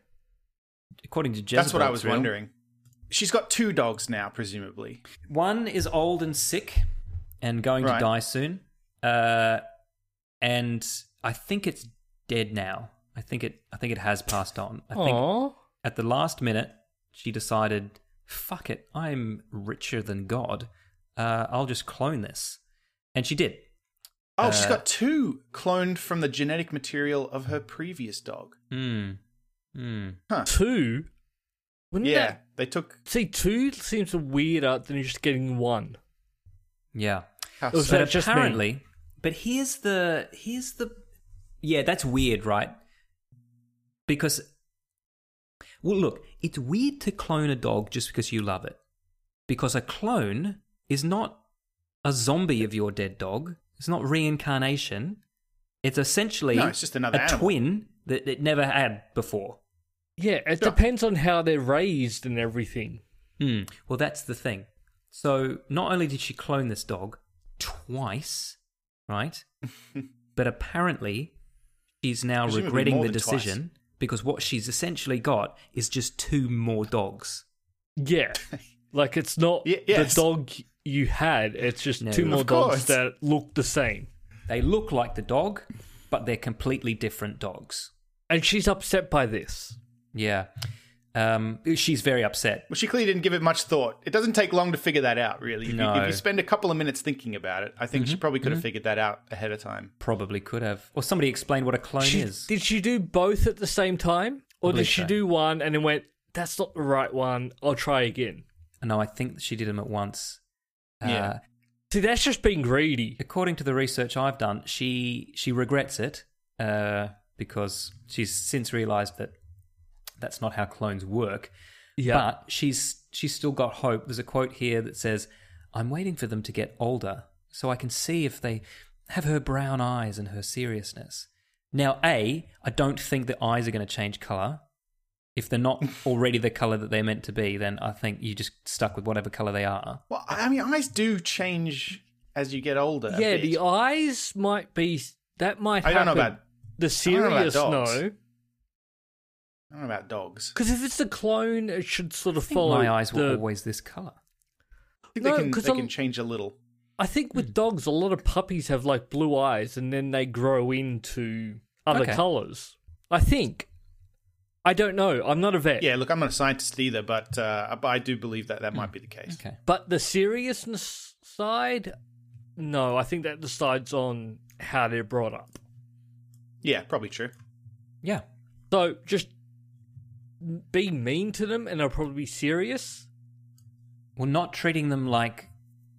Speaker 4: According to Jezebel,
Speaker 2: That's what I was
Speaker 4: it's real.
Speaker 2: wondering. She's got two dogs now, presumably.
Speaker 4: One is old and sick and going
Speaker 2: Right.
Speaker 4: to die soon. Uh, and I think it's dead now. I think it. I think it has passed on. I think
Speaker 1: Aww.
Speaker 4: at the last minute, she decided, fuck it, I'm richer than God. Uh, I'll just clone this. And she did.
Speaker 2: Oh, she's
Speaker 4: Uh,
Speaker 2: got two cloned from the genetic material of her previous dog.
Speaker 4: Hmm. Hmm.
Speaker 2: Huh?
Speaker 1: Two. Wouldn't
Speaker 2: Yeah,
Speaker 1: that
Speaker 2: they took.
Speaker 1: see two seems weirder than just getting one.
Speaker 4: Yeah.
Speaker 2: How
Speaker 1: was
Speaker 2: so-
Speaker 1: that- just me?
Speaker 4: apparently, but here's the here's the yeah, that's weird, right? Because well, look, it's weird to clone a dog just because you love it, because a clone is not a zombie of your dead dog. It's not reincarnation. It's essentially
Speaker 2: No, it's just another
Speaker 4: a
Speaker 2: animal.
Speaker 4: twin that it never had before.
Speaker 1: Yeah, it
Speaker 2: Yeah.
Speaker 1: depends on how they're raised and everything.
Speaker 4: Hmm. Well, that's the thing. So not only did she clone this dog twice, right? but apparently, she's now
Speaker 2: Presumably
Speaker 4: regretting
Speaker 2: more
Speaker 4: the
Speaker 2: than twice.
Speaker 4: decision because what she's essentially got is just two more dogs.
Speaker 1: Yeah, like it's not
Speaker 2: Ye- yes.
Speaker 1: the dog you had. It's just
Speaker 4: No.
Speaker 1: two
Speaker 4: Of
Speaker 1: more
Speaker 2: course.
Speaker 1: dogs that look the same.
Speaker 4: They look like the dog, but they're completely different dogs.
Speaker 1: And she's upset by this.
Speaker 4: Yeah. Um, she's very upset.
Speaker 2: Well, she clearly didn't give it much thought. It doesn't take long to figure that out, really. If, you,
Speaker 4: No.
Speaker 2: if you spend a couple of minutes thinking about it, I think
Speaker 1: Mm-hmm,
Speaker 2: she probably could have figured that out ahead of time.
Speaker 4: Probably could have. Or somebody explained what a clone
Speaker 1: She-
Speaker 4: is.
Speaker 1: did she do both at the same time, or
Speaker 4: believe
Speaker 1: did she
Speaker 4: so.
Speaker 1: do one and then went, "That's not the right one. I'll try again."
Speaker 4: no, I think that she did them at once.
Speaker 2: Yeah.
Speaker 4: Uh,
Speaker 1: See, that's just being greedy.
Speaker 4: according to the research I've done, she she regrets it uh, because she's since realised that that's not how clones work.
Speaker 1: Yeah,
Speaker 4: But she's she's still got hope. There's a quote here that says, "I'm waiting for them to get older so I can see if they have her brown eyes and her seriousness." Now, a I don't think the eyes are going to change color. If they're not already the color that they're meant to be, then I think you just stuck with whatever color they are.
Speaker 2: Well, I mean, eyes do change as you get older. a
Speaker 1: yeah.
Speaker 2: bit.
Speaker 1: The eyes might be that might.
Speaker 2: I don't know
Speaker 1: happen.
Speaker 2: about-
Speaker 1: the
Speaker 2: I don't know about
Speaker 1: serious.
Speaker 2: dogs.
Speaker 1: No,
Speaker 2: I don't know about dogs.
Speaker 1: because if it's a clone, it should sort
Speaker 4: I
Speaker 1: of
Speaker 4: think
Speaker 1: follow.
Speaker 4: my eyes were
Speaker 1: the-
Speaker 4: always this color.
Speaker 2: I think
Speaker 1: No,
Speaker 2: they, can,
Speaker 1: 'cause
Speaker 2: they
Speaker 1: a-
Speaker 2: can change a little.
Speaker 1: I think
Speaker 4: Hmm.
Speaker 1: with dogs, a lot of puppies have like blue eyes, and then they grow into other
Speaker 4: Okay.
Speaker 1: colors. I think. I don't know. I'm not a vet.
Speaker 2: Yeah, look, I'm not a scientist either, but uh, but I do believe that that
Speaker 1: Hmm,
Speaker 2: might be the case.
Speaker 4: Okay.
Speaker 1: But the seriousness side, no, I think that decides on how they're brought up.
Speaker 2: Yeah, probably true.
Speaker 4: Yeah.
Speaker 1: So just be mean to them and they'll probably be serious.
Speaker 4: Well, not treating them like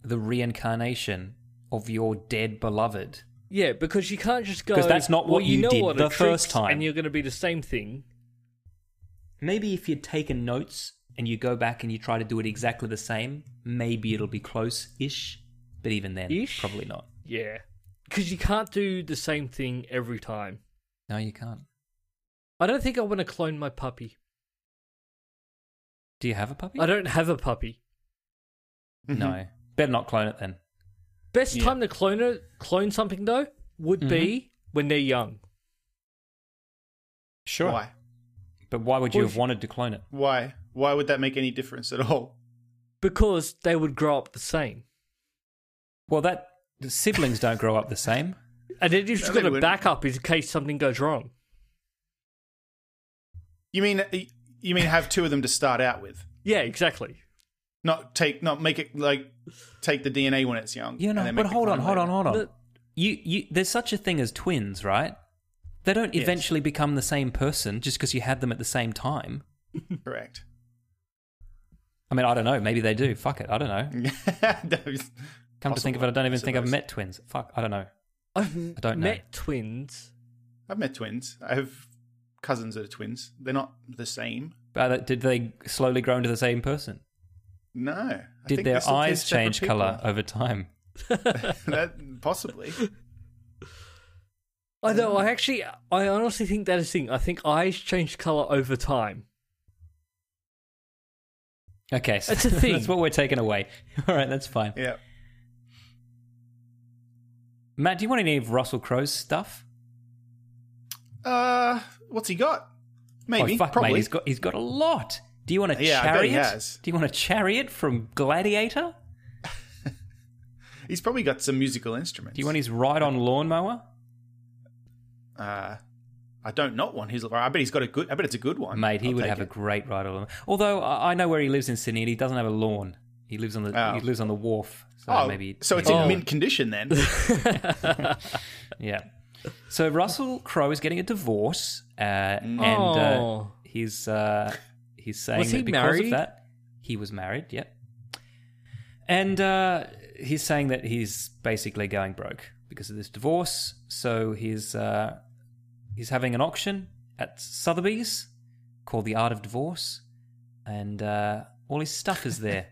Speaker 4: the reincarnation of your dead beloved.
Speaker 1: Yeah, because you can't just go.
Speaker 4: 'Because that's not what
Speaker 1: well,
Speaker 4: you
Speaker 1: know
Speaker 4: did
Speaker 1: what a
Speaker 4: the first
Speaker 1: trick's
Speaker 4: time."
Speaker 1: And you're going to be the same thing.
Speaker 4: Maybe if you'd taken notes and you go back and you try to do it exactly the same, maybe it'll be close ish. But even then,
Speaker 1: Ish?
Speaker 4: probably not.
Speaker 1: Yeah. Because you can't do the same thing every time.
Speaker 4: No, you can't.
Speaker 1: I don't think I want to clone my puppy.
Speaker 4: Do you have a puppy?
Speaker 1: I don't have a puppy.
Speaker 2: Mm-hmm.
Speaker 4: No. Better not clone it then.
Speaker 1: Best
Speaker 2: Yeah.
Speaker 1: time to clone it, clone something though, would be
Speaker 4: Mm-hmm.
Speaker 1: when they're young.
Speaker 4: Sure.
Speaker 2: Why?
Speaker 4: But why would you
Speaker 1: Well,
Speaker 4: have
Speaker 1: if-
Speaker 4: wanted to clone it?
Speaker 2: Why? Why would that make any difference at all?
Speaker 1: Because they would grow up the same.
Speaker 4: Well, that the siblings don't grow up the same.
Speaker 1: And then you've just
Speaker 2: No,
Speaker 1: got
Speaker 2: they
Speaker 1: a
Speaker 2: wouldn't.
Speaker 1: backup in case something goes wrong.
Speaker 2: You mean you mean have two of them to start out with?
Speaker 1: Yeah, exactly.
Speaker 2: Not take not make it like take the DNA when it's young.
Speaker 4: You know,
Speaker 2: and then
Speaker 4: but
Speaker 2: make the
Speaker 4: hold on,
Speaker 2: clone
Speaker 4: hold on,
Speaker 2: later.
Speaker 4: hold on.
Speaker 1: But-
Speaker 4: You, you, there's such a thing as twins, right? They don't eventually become the same person just because you had them at the same time.
Speaker 2: Correct.
Speaker 4: I mean, I don't know. Maybe they do. Fuck it. I don't know. Come to think of it, I don't even think I've met twins. Fuck. I don't know.
Speaker 1: I've
Speaker 4: I don't know.
Speaker 1: met twins.
Speaker 2: I've met twins. I have cousins that are twins. They're not the same.
Speaker 4: But that- did they slowly grow into the same person?
Speaker 2: No. I
Speaker 4: Did
Speaker 2: think
Speaker 4: their
Speaker 2: they're still two
Speaker 4: eyes
Speaker 2: separate
Speaker 4: change
Speaker 2: people.
Speaker 4: color over time?
Speaker 2: that possibly.
Speaker 1: I know. I actually, I honestly think that is the thing. I think eyes change color over time.
Speaker 4: Okay, so
Speaker 1: It's a thing.
Speaker 4: that's what we're taking away. All right, that's fine.
Speaker 2: Yeah.
Speaker 4: Matt, do you want any of Russell Crowe's stuff?
Speaker 2: Uh, what's he got? Maybe.
Speaker 4: oh, fuck,
Speaker 2: probably.
Speaker 4: mate, he's got he's got a lot. Do you want a
Speaker 2: Yeah, I bet
Speaker 4: chariot?
Speaker 2: he has.
Speaker 4: Do you want a chariot from Gladiator?
Speaker 2: He's probably got some musical instruments.
Speaker 4: Do you want his ride-on lawnmower?
Speaker 2: Uh, I don't not want his. I bet he's got a good. I bet it's a good one.
Speaker 4: Mate, he
Speaker 2: I'll
Speaker 4: would
Speaker 2: take
Speaker 4: have a
Speaker 2: it.
Speaker 4: great ride on. Although I I know where he lives in Sydney, and he doesn't have a lawn. He lives on the
Speaker 2: Oh.
Speaker 4: he lives on the wharf. So
Speaker 2: Oh,
Speaker 4: maybe
Speaker 2: so it's
Speaker 4: maybe-
Speaker 2: in mint condition then.
Speaker 4: Yeah. So Russell Crowe is getting a divorce, uh, and uh,
Speaker 1: Mm. Oh.
Speaker 4: he's uh, he's saying
Speaker 1: Was
Speaker 4: that
Speaker 1: he
Speaker 4: because of
Speaker 1: married?
Speaker 4: that he was married. Yep. And uh, he's saying that he's basically going broke because of this divorce. So he's uh, he's having an auction at Sotheby's called "The Art of Divorce," and uh, all his stuff is there.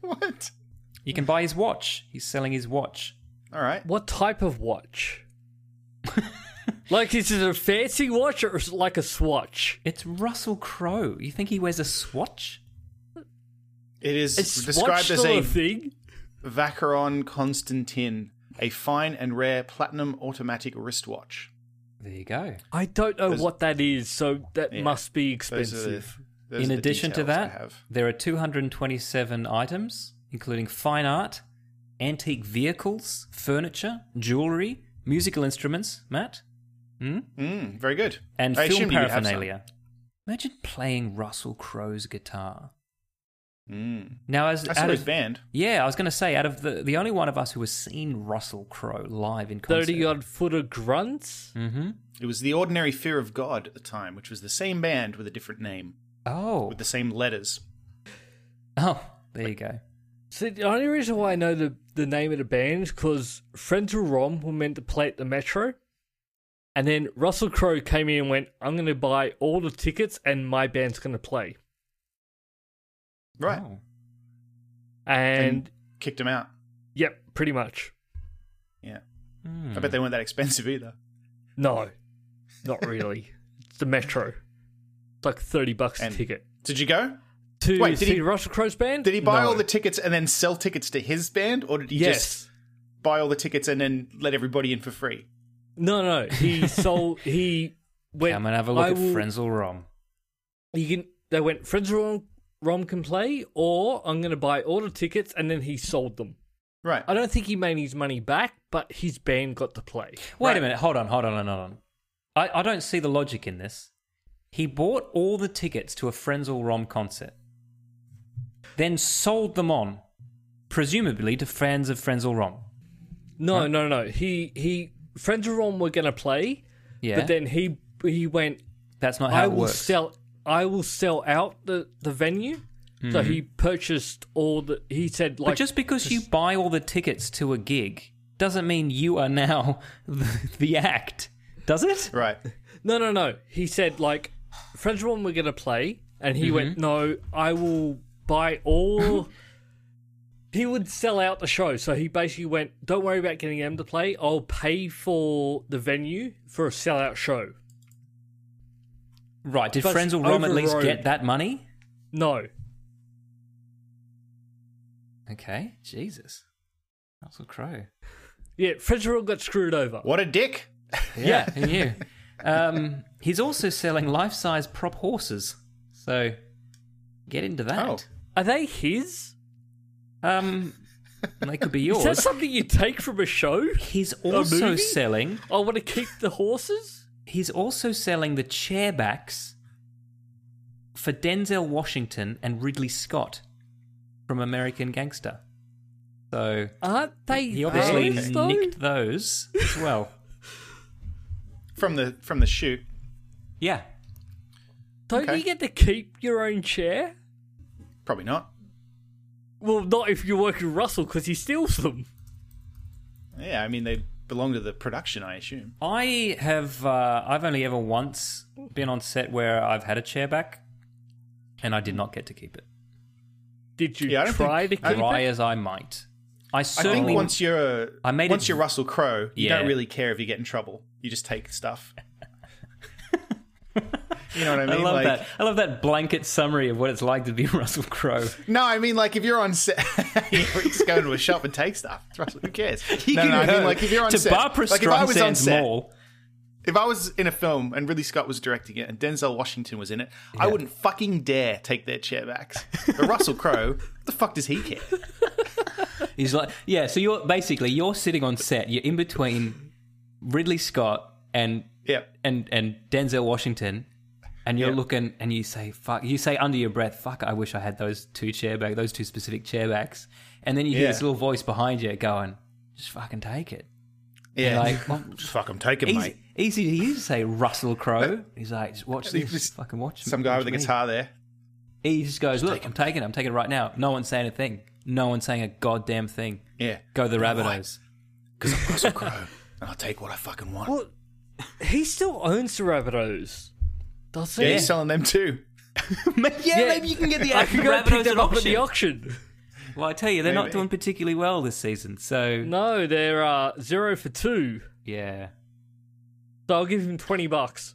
Speaker 2: what?
Speaker 4: you can buy his watch. He's selling his watch.
Speaker 2: All right.
Speaker 1: What type of watch? like, is it a fancy watch or is it like a swatch?
Speaker 4: It's Russell Crowe. You think he wears a swatch?
Speaker 2: It is
Speaker 1: Is swatch
Speaker 2: described as
Speaker 1: still
Speaker 2: a
Speaker 1: a thing?
Speaker 2: Vacheron Constantin, a fine and rare platinum automatic wristwatch.
Speaker 4: There you go.
Speaker 1: I don't know
Speaker 2: Those-
Speaker 1: what that is, so that
Speaker 2: Yeah.
Speaker 1: must be
Speaker 2: Those are the-
Speaker 1: expensive.
Speaker 2: those
Speaker 4: in
Speaker 2: are the
Speaker 4: addition to
Speaker 2: details I
Speaker 4: that,
Speaker 2: have.
Speaker 4: there are 227 items, including fine art, antique vehicles, furniture, jewelry, musical instruments, Matt, hmm?
Speaker 2: Mm, very good.
Speaker 4: and
Speaker 2: I
Speaker 4: film
Speaker 2: assumed you would have some.
Speaker 4: paraphernalia. Imagine playing Russell Crowe's guitar.
Speaker 2: Mm.
Speaker 4: Now, as
Speaker 2: I
Speaker 4: out
Speaker 2: saw his
Speaker 4: of-
Speaker 2: band.
Speaker 4: yeah, I was going to say, out of the the only one of us who has seen Russell Crowe live in concert,
Speaker 1: 30 odd foot of grunts?
Speaker 4: Mm-hmm.
Speaker 2: It was the Ordinary Fear of God at the time, which was the same band with a different name,
Speaker 4: Oh,
Speaker 2: with the same letters.
Speaker 4: oh, there you go.
Speaker 1: See, the only reason why I know the, the name of the band is because friends of Rom were meant to play at the Metro. And then Russell Crowe came in and went, I'm going to buy all the tickets and my band's going to play.
Speaker 2: Right.
Speaker 4: Oh.
Speaker 1: And
Speaker 2: Kicked him out.
Speaker 1: yep, pretty much.
Speaker 2: Yeah.
Speaker 4: Hmm.
Speaker 2: I bet they weren't that expensive either.
Speaker 1: No, not really. it's the Metro. It's like 30 bucks
Speaker 2: And-
Speaker 1: a ticket.
Speaker 2: Did you go?
Speaker 1: To
Speaker 2: Wait, did
Speaker 1: see
Speaker 2: he-
Speaker 1: Russell Crowe's band?
Speaker 2: Did he buy
Speaker 1: No.
Speaker 2: all the tickets and then sell tickets to his band, or did he
Speaker 1: Yes.
Speaker 2: just buy all the tickets and then let everybody in for free?
Speaker 1: No, no. He sold. He went.
Speaker 4: Come and have a look
Speaker 1: I
Speaker 4: at
Speaker 1: will-
Speaker 4: Frenzel Rom.
Speaker 1: You can. They went. Friends Rom, Rom can play, or I'm going to buy all the tickets, and then he sold them.
Speaker 2: Right.
Speaker 1: I don't think he made his money back, but his band got to play.
Speaker 4: Wait
Speaker 2: Right.
Speaker 4: a minute. Hold on. Hold on. Hold on. I, I don't see the logic in this. He bought all the tickets to a Frenzel Rom concert, then sold them on, presumably to fans of Frenzel Rom.
Speaker 1: No, no, no. He he. Friends of Rom were going to play,
Speaker 4: Yeah,
Speaker 1: but then he he went.
Speaker 4: that's not how
Speaker 1: I
Speaker 4: it
Speaker 1: will
Speaker 4: works.
Speaker 1: sell. I will sell out the the venue. So
Speaker 4: Hmm.
Speaker 1: he purchased all the. He said like
Speaker 4: but just because you buy all the tickets to a gig doesn't mean you are now the, the act, does it?
Speaker 2: Right.
Speaker 1: No, no, no. He said like French one we're gonna play, and he went, "No, I will buy all." he would sell out the show, so he basically went, "Don't worry about getting them to play. I'll pay for the venue for a sellout show."
Speaker 4: Right. Did
Speaker 1: But it's
Speaker 4: Frenzel Rom at least
Speaker 1: overrode.
Speaker 4: get that money?
Speaker 1: No,
Speaker 4: Okay. Jesus. Russell Crowe.
Speaker 1: yeah, French one got screwed over.
Speaker 2: What a dick.
Speaker 4: Yeah, who knew? Um, he's also selling life-size prop horses, so get into that.
Speaker 1: Are they his?
Speaker 4: Um, they could be
Speaker 1: Oh. Is that
Speaker 4: yours.
Speaker 1: something you take from a show?
Speaker 4: He's also
Speaker 1: movie?
Speaker 4: selling.
Speaker 1: I want to keep the horses.
Speaker 4: He's also selling the chairbacks for Denzel Washington and Ridley Scott from American Gangster. So
Speaker 1: Aren't they?
Speaker 4: he obviously
Speaker 1: theirs, though?
Speaker 4: nicked those as well.
Speaker 2: from the from the shoot.
Speaker 4: Yeah.
Speaker 1: Don't
Speaker 2: Okay.
Speaker 1: you get to keep your own chair?
Speaker 2: Probably not.
Speaker 1: Well, not if you're working with Russell because he steals them.
Speaker 2: Yeah, I mean they belong to the production, I assume.
Speaker 4: I have. Uh, I've only ever once been on set where I've had a chair back, and I did not get to keep it,
Speaker 1: Did you
Speaker 2: Yeah, I don't
Speaker 1: try
Speaker 2: think-
Speaker 1: to keep
Speaker 4: try
Speaker 1: it?
Speaker 4: as I might. I
Speaker 2: I
Speaker 4: certainly.
Speaker 2: think once you're
Speaker 4: I made
Speaker 2: once
Speaker 4: it-
Speaker 2: you're Russell Crowe, you
Speaker 4: Yeah.
Speaker 2: don't really care if you get in trouble. You just take stuff. you know what I
Speaker 4: I
Speaker 2: mean?
Speaker 4: love
Speaker 2: like,
Speaker 4: that. I love that blanket summary of what it's like to be Russell Crowe.
Speaker 2: No, I mean like if you're on set, you just go into a shop and take stuff. It's Russell, who cares? no, no, I mean like if you're on
Speaker 4: to
Speaker 2: set,
Speaker 4: Barbara
Speaker 2: like if I was on
Speaker 4: Streisand's
Speaker 2: set,
Speaker 4: mall.
Speaker 2: if I was in a film and Ridley Scott was directing it and Denzel Washington was in it, I wouldn't fucking dare take their chair backs. But Russell Crowe, what the fuck does he care?
Speaker 4: He's like, yeah. So you're basically you're sitting on set. You're in between Ridley Scott and
Speaker 2: Yeah.
Speaker 4: and and Denzel Washington, and you're
Speaker 2: Yeah.
Speaker 4: looking and you say fuck. You say under your breath, fuck. I wish I had those two chair back, those two specific chair backs. And then you hear
Speaker 2: Yeah.
Speaker 4: this little voice behind you going, just fucking take it.
Speaker 2: Yeah.
Speaker 4: Like, well,
Speaker 2: just fuck, I'm taking
Speaker 4: easy, easy to you to say Russell Crowe. He's like, just watch this,
Speaker 2: Just
Speaker 4: fucking watch.
Speaker 2: Some guy
Speaker 4: watch
Speaker 2: with a
Speaker 4: me."
Speaker 2: guitar there.
Speaker 4: He just goes, look, I'm taking it. I'm taking it right now. No one's saying a thing. No one's saying a goddamn thing.
Speaker 2: Yeah.
Speaker 4: Go the Rabbitohs.
Speaker 2: Because I'm Russell Crowe. and I'll take what I fucking want.
Speaker 1: Well, he still owns the Rabbitohs, does he?
Speaker 2: yeah, he's selling them too.
Speaker 4: yeah,
Speaker 1: Yeah.
Speaker 4: maybe you can get the
Speaker 1: I can go
Speaker 4: Rabbitohs
Speaker 1: pick them up at the auction.
Speaker 4: Well, I tell you, they're not
Speaker 2: Maybe.
Speaker 4: doing particularly well this season. So
Speaker 1: No, they're uh, zero for two.
Speaker 4: yeah,
Speaker 1: So I'll give him 20 bucks.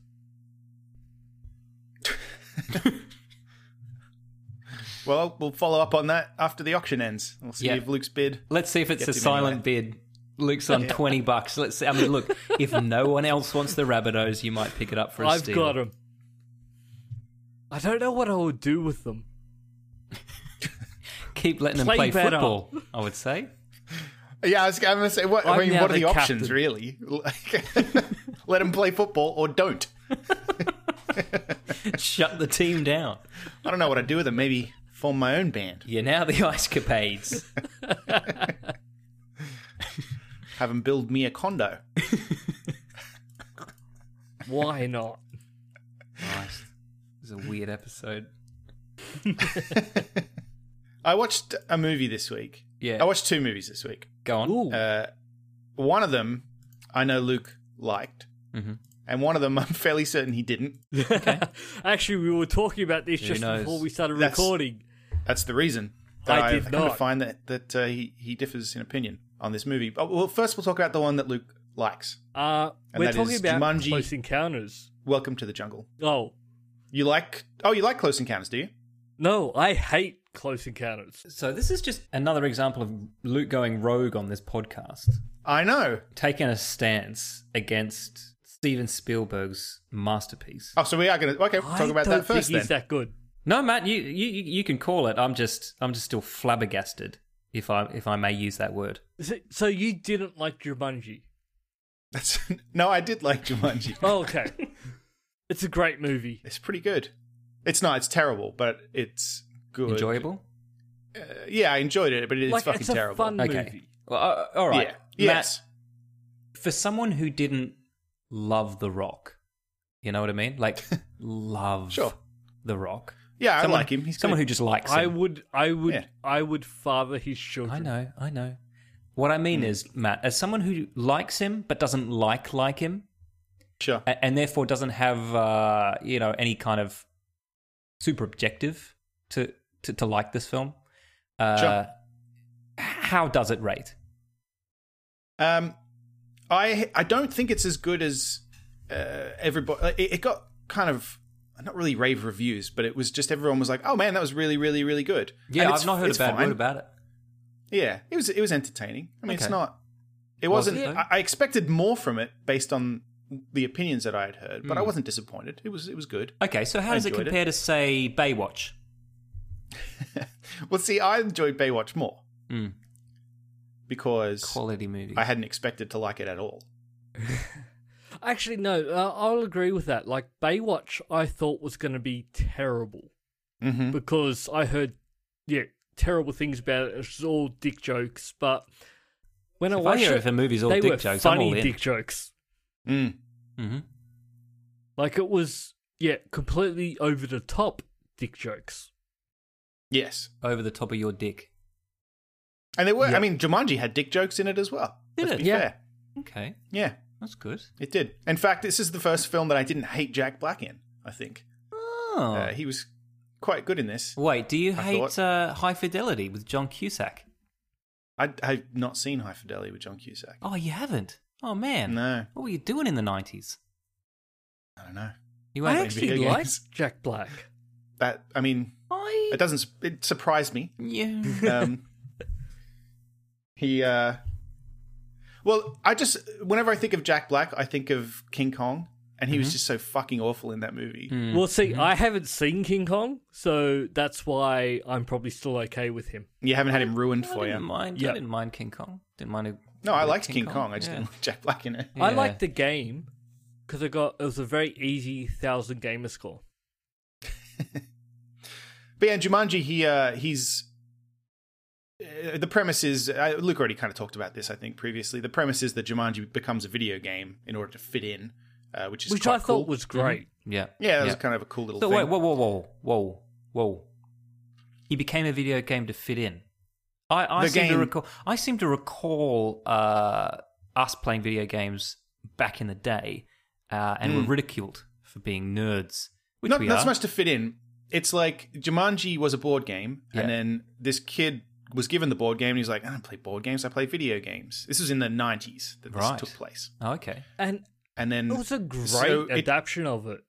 Speaker 2: Well, we'll follow up on that after the auction ends. We'll see
Speaker 4: Yeah.
Speaker 2: if Luke's bid.
Speaker 4: let's see if it's
Speaker 2: Get
Speaker 4: a
Speaker 2: to me
Speaker 4: silent bid. Luke's on twenty bucks. Let's. See. I mean, look, if no one else wants the Rabbitohs, you might pick it up for a
Speaker 1: I've
Speaker 4: steal.
Speaker 1: got them. I don't know what I would do with them.
Speaker 4: Keep letting them
Speaker 1: Play
Speaker 4: play
Speaker 1: better.
Speaker 4: football. I would say.
Speaker 2: Yeah, I was, I'm gonna say, what,
Speaker 1: I'm
Speaker 2: I mean,
Speaker 1: now
Speaker 2: what are
Speaker 1: the
Speaker 2: the, options
Speaker 1: captain.
Speaker 2: really? Like, let him play football or don't.
Speaker 4: Shut the team down.
Speaker 2: I don't know what I'd do with him. Maybe form my own band.
Speaker 4: You're now the Ice Capades.
Speaker 2: Have him build me a condo.
Speaker 1: Why not?
Speaker 4: nice. It was a weird episode.
Speaker 2: I watched a movie this week.
Speaker 4: Yeah.
Speaker 2: I watched two movies this week.
Speaker 4: Go on.
Speaker 1: Ooh,
Speaker 2: Oh, Uh, one of them I know Luke liked,
Speaker 1: Mm-hmm.
Speaker 4: Mhm.
Speaker 2: and one of them I'm fairly certain he didn't.
Speaker 1: actually, we were talking about this
Speaker 4: Who
Speaker 1: just
Speaker 4: knows?
Speaker 1: before we started
Speaker 2: That's-
Speaker 1: recording.
Speaker 2: That's the reason that
Speaker 1: I
Speaker 2: I,
Speaker 1: did
Speaker 2: kind
Speaker 1: not.
Speaker 2: of find that that uh, he he differs in opinion on this movie. But, well, first we'll talk about the one that Luke likes.
Speaker 1: Uh,
Speaker 2: And
Speaker 1: we're
Speaker 2: that
Speaker 1: talking
Speaker 2: is
Speaker 1: about
Speaker 2: Jumanji.
Speaker 1: Close Encounters.
Speaker 2: Welcome to the Jungle.
Speaker 1: Oh,
Speaker 2: You like? Oh, you like Close Encounters, do you?
Speaker 1: no, I hate Close Encounters.
Speaker 4: So this is just another example of Luke going rogue on this podcast,
Speaker 2: I know.
Speaker 4: taking a stance against Steven Spielberg's masterpiece.
Speaker 2: Oh, so we are going to okay. We'll
Speaker 1: I
Speaker 2: talk about
Speaker 1: don't
Speaker 2: that first
Speaker 1: think
Speaker 2: then.
Speaker 1: he's that good.
Speaker 4: No, Matt, you, you you you can call it. I'm just I'm just still flabbergasted, if I if I may use that word.
Speaker 1: So- So you didn't like Jumanji?
Speaker 2: That's, no, I did like Jumanji.
Speaker 1: Oh, okay. it's a great movie.
Speaker 2: It's pretty good. It's not. It's terrible, but it's good.
Speaker 4: Enjoyable.
Speaker 2: Uh, yeah, I enjoyed it, but it is
Speaker 1: like
Speaker 2: fucking
Speaker 1: it's a
Speaker 2: terrible.
Speaker 1: fun
Speaker 4: Okay.
Speaker 1: movie.
Speaker 4: Well, uh, all right.
Speaker 2: Yeah.
Speaker 4: Matt,
Speaker 2: Yes.
Speaker 4: for someone who didn't love The Rock, you know what I mean? Like love
Speaker 2: Sure.
Speaker 4: The Rock.
Speaker 2: Yeah,
Speaker 4: Someone-
Speaker 2: I like him. He's
Speaker 4: someone
Speaker 2: good.
Speaker 4: who just likes.
Speaker 1: I
Speaker 4: him.
Speaker 1: would, I would,
Speaker 2: Yeah.
Speaker 1: I would father his
Speaker 4: I
Speaker 1: children.
Speaker 4: know, I know. What I
Speaker 2: Hmm.
Speaker 4: mean is, Matt, as someone who likes him but doesn't like like him,
Speaker 2: sure.
Speaker 4: a- and therefore doesn't have uh, you know any kind of super objective to to, to like this film, uh,
Speaker 2: Sure.
Speaker 4: h- how does it rate?
Speaker 2: Um, I I don't think it's as good as uh, everybody. like, It, it got kind of not really rave reviews, but it was just everyone was like, "Oh man, that was really, really, really good."
Speaker 4: Yeah,
Speaker 2: And
Speaker 4: I've
Speaker 2: it's-
Speaker 4: not heard a
Speaker 2: it's
Speaker 4: bad
Speaker 2: fine.
Speaker 4: word about it.
Speaker 2: Yeah, it was it was entertaining. I mean,
Speaker 4: Okay.
Speaker 2: it's not. It
Speaker 4: Was
Speaker 2: wasn't.
Speaker 4: it though?
Speaker 2: I, I expected more from it based on the opinions that I had heard,
Speaker 4: Hmm.
Speaker 2: but I wasn't disappointed. It was it was good.
Speaker 4: Okay, so how does it
Speaker 2: enjoyed it.
Speaker 4: compare to say Baywatch?
Speaker 2: Well, see, I enjoyed Baywatch more
Speaker 4: Mm.
Speaker 2: because
Speaker 4: Quality movie.
Speaker 2: I hadn't expected to like it at all.
Speaker 1: Actually, no, uh, I'll agree with that. Like Baywatch, I thought was going to be terrible
Speaker 4: Hmm?
Speaker 2: Mm-hmm.
Speaker 1: because I heard, yeah, terrible things about it. It's all dick jokes, but when I
Speaker 4: if I
Speaker 1: watched
Speaker 4: hear
Speaker 1: it,
Speaker 4: if a movie's all
Speaker 1: they
Speaker 4: dick
Speaker 1: were
Speaker 4: jokes, I'm
Speaker 1: funny
Speaker 4: all in.
Speaker 1: dick jokes.
Speaker 2: Mm.
Speaker 4: hmm
Speaker 1: Like it was, yeah, completely over the top dick jokes.
Speaker 2: Yes.
Speaker 4: over the top of your dick.
Speaker 2: And there were,
Speaker 1: Yeah.
Speaker 2: I mean, Jumanji had dick jokes in it as well.
Speaker 4: Did
Speaker 2: Let's
Speaker 4: it?
Speaker 2: be
Speaker 1: Yeah.
Speaker 2: fair.
Speaker 4: Okay,
Speaker 2: Yeah,
Speaker 4: that's good.
Speaker 2: it did. In fact, this is the first film that I didn't hate Jack Black in, I think.
Speaker 4: Oh,
Speaker 2: Uh, he was quite good in this.
Speaker 4: wait. Do you
Speaker 2: I
Speaker 4: hate
Speaker 2: thought-
Speaker 4: uh, High Fidelity with John Cusack?
Speaker 2: I, I've not seen High Fidelity with John Cusack.
Speaker 4: Oh, you haven't. Oh man,
Speaker 2: No.
Speaker 4: What were you doing in the nineties?
Speaker 2: I don't know.
Speaker 4: You
Speaker 1: I
Speaker 4: ain't.
Speaker 1: actually
Speaker 2: video
Speaker 1: liked
Speaker 2: games.
Speaker 1: Jack Black.
Speaker 2: That, I mean,
Speaker 4: I
Speaker 2: it doesn't, it surprised me.
Speaker 4: yeah.
Speaker 2: um, he uh well i just whenever i think of jack black i think of king kong and
Speaker 4: Mm-hmm.
Speaker 2: he was just so fucking awful in that movie
Speaker 4: Mm.
Speaker 1: Well, see,
Speaker 2: Mm-hmm.
Speaker 1: I haven't seen King Kong, so that's why I'm probably still okay with him.
Speaker 2: you haven't had him ruined
Speaker 4: I
Speaker 2: for
Speaker 4: didn't
Speaker 2: you
Speaker 4: mind.
Speaker 1: Yeah.
Speaker 4: I didn't mind King Kong. Didn't mind. A,
Speaker 2: no i
Speaker 4: a
Speaker 2: liked king, kong. i just
Speaker 4: yeah.
Speaker 2: didn't like jack black in it
Speaker 1: I
Speaker 4: Yeah.
Speaker 1: liked the game because I got it was a very easy thousand gamer score.
Speaker 2: but yeah jumanji he uh he's uh, the premise is uh, Luke already kind of talked about this, I think, previously. The premise is that Jumanji becomes a video game in order to fit in, uh, which is
Speaker 1: which
Speaker 2: quite
Speaker 1: I thought
Speaker 2: cool.
Speaker 1: was great.
Speaker 4: Yeah.
Speaker 2: yeah, that was kind of a cool little
Speaker 4: So
Speaker 2: thing.
Speaker 4: wait, whoa, whoa, whoa, whoa, whoa. He became a video game to fit in. I, I
Speaker 2: The
Speaker 4: seem to
Speaker 2: game-
Speaker 4: recall. I seem to recall uh, us playing video games back in the day, uh, and were ridiculed for being nerds, which
Speaker 2: Hmm. not,
Speaker 4: we
Speaker 2: not
Speaker 4: are.
Speaker 2: so much to fit in. It's like Jumanji was a board game,
Speaker 4: Yeah.
Speaker 2: and then this kid was given the board game, and he's like, "I don't play board games. I play video games." This was in the '90s that this
Speaker 4: Right.
Speaker 2: took place,
Speaker 4: Oh, okay.
Speaker 1: And
Speaker 2: and then
Speaker 1: it was a great
Speaker 2: Mm. so it-
Speaker 1: adaptation of it.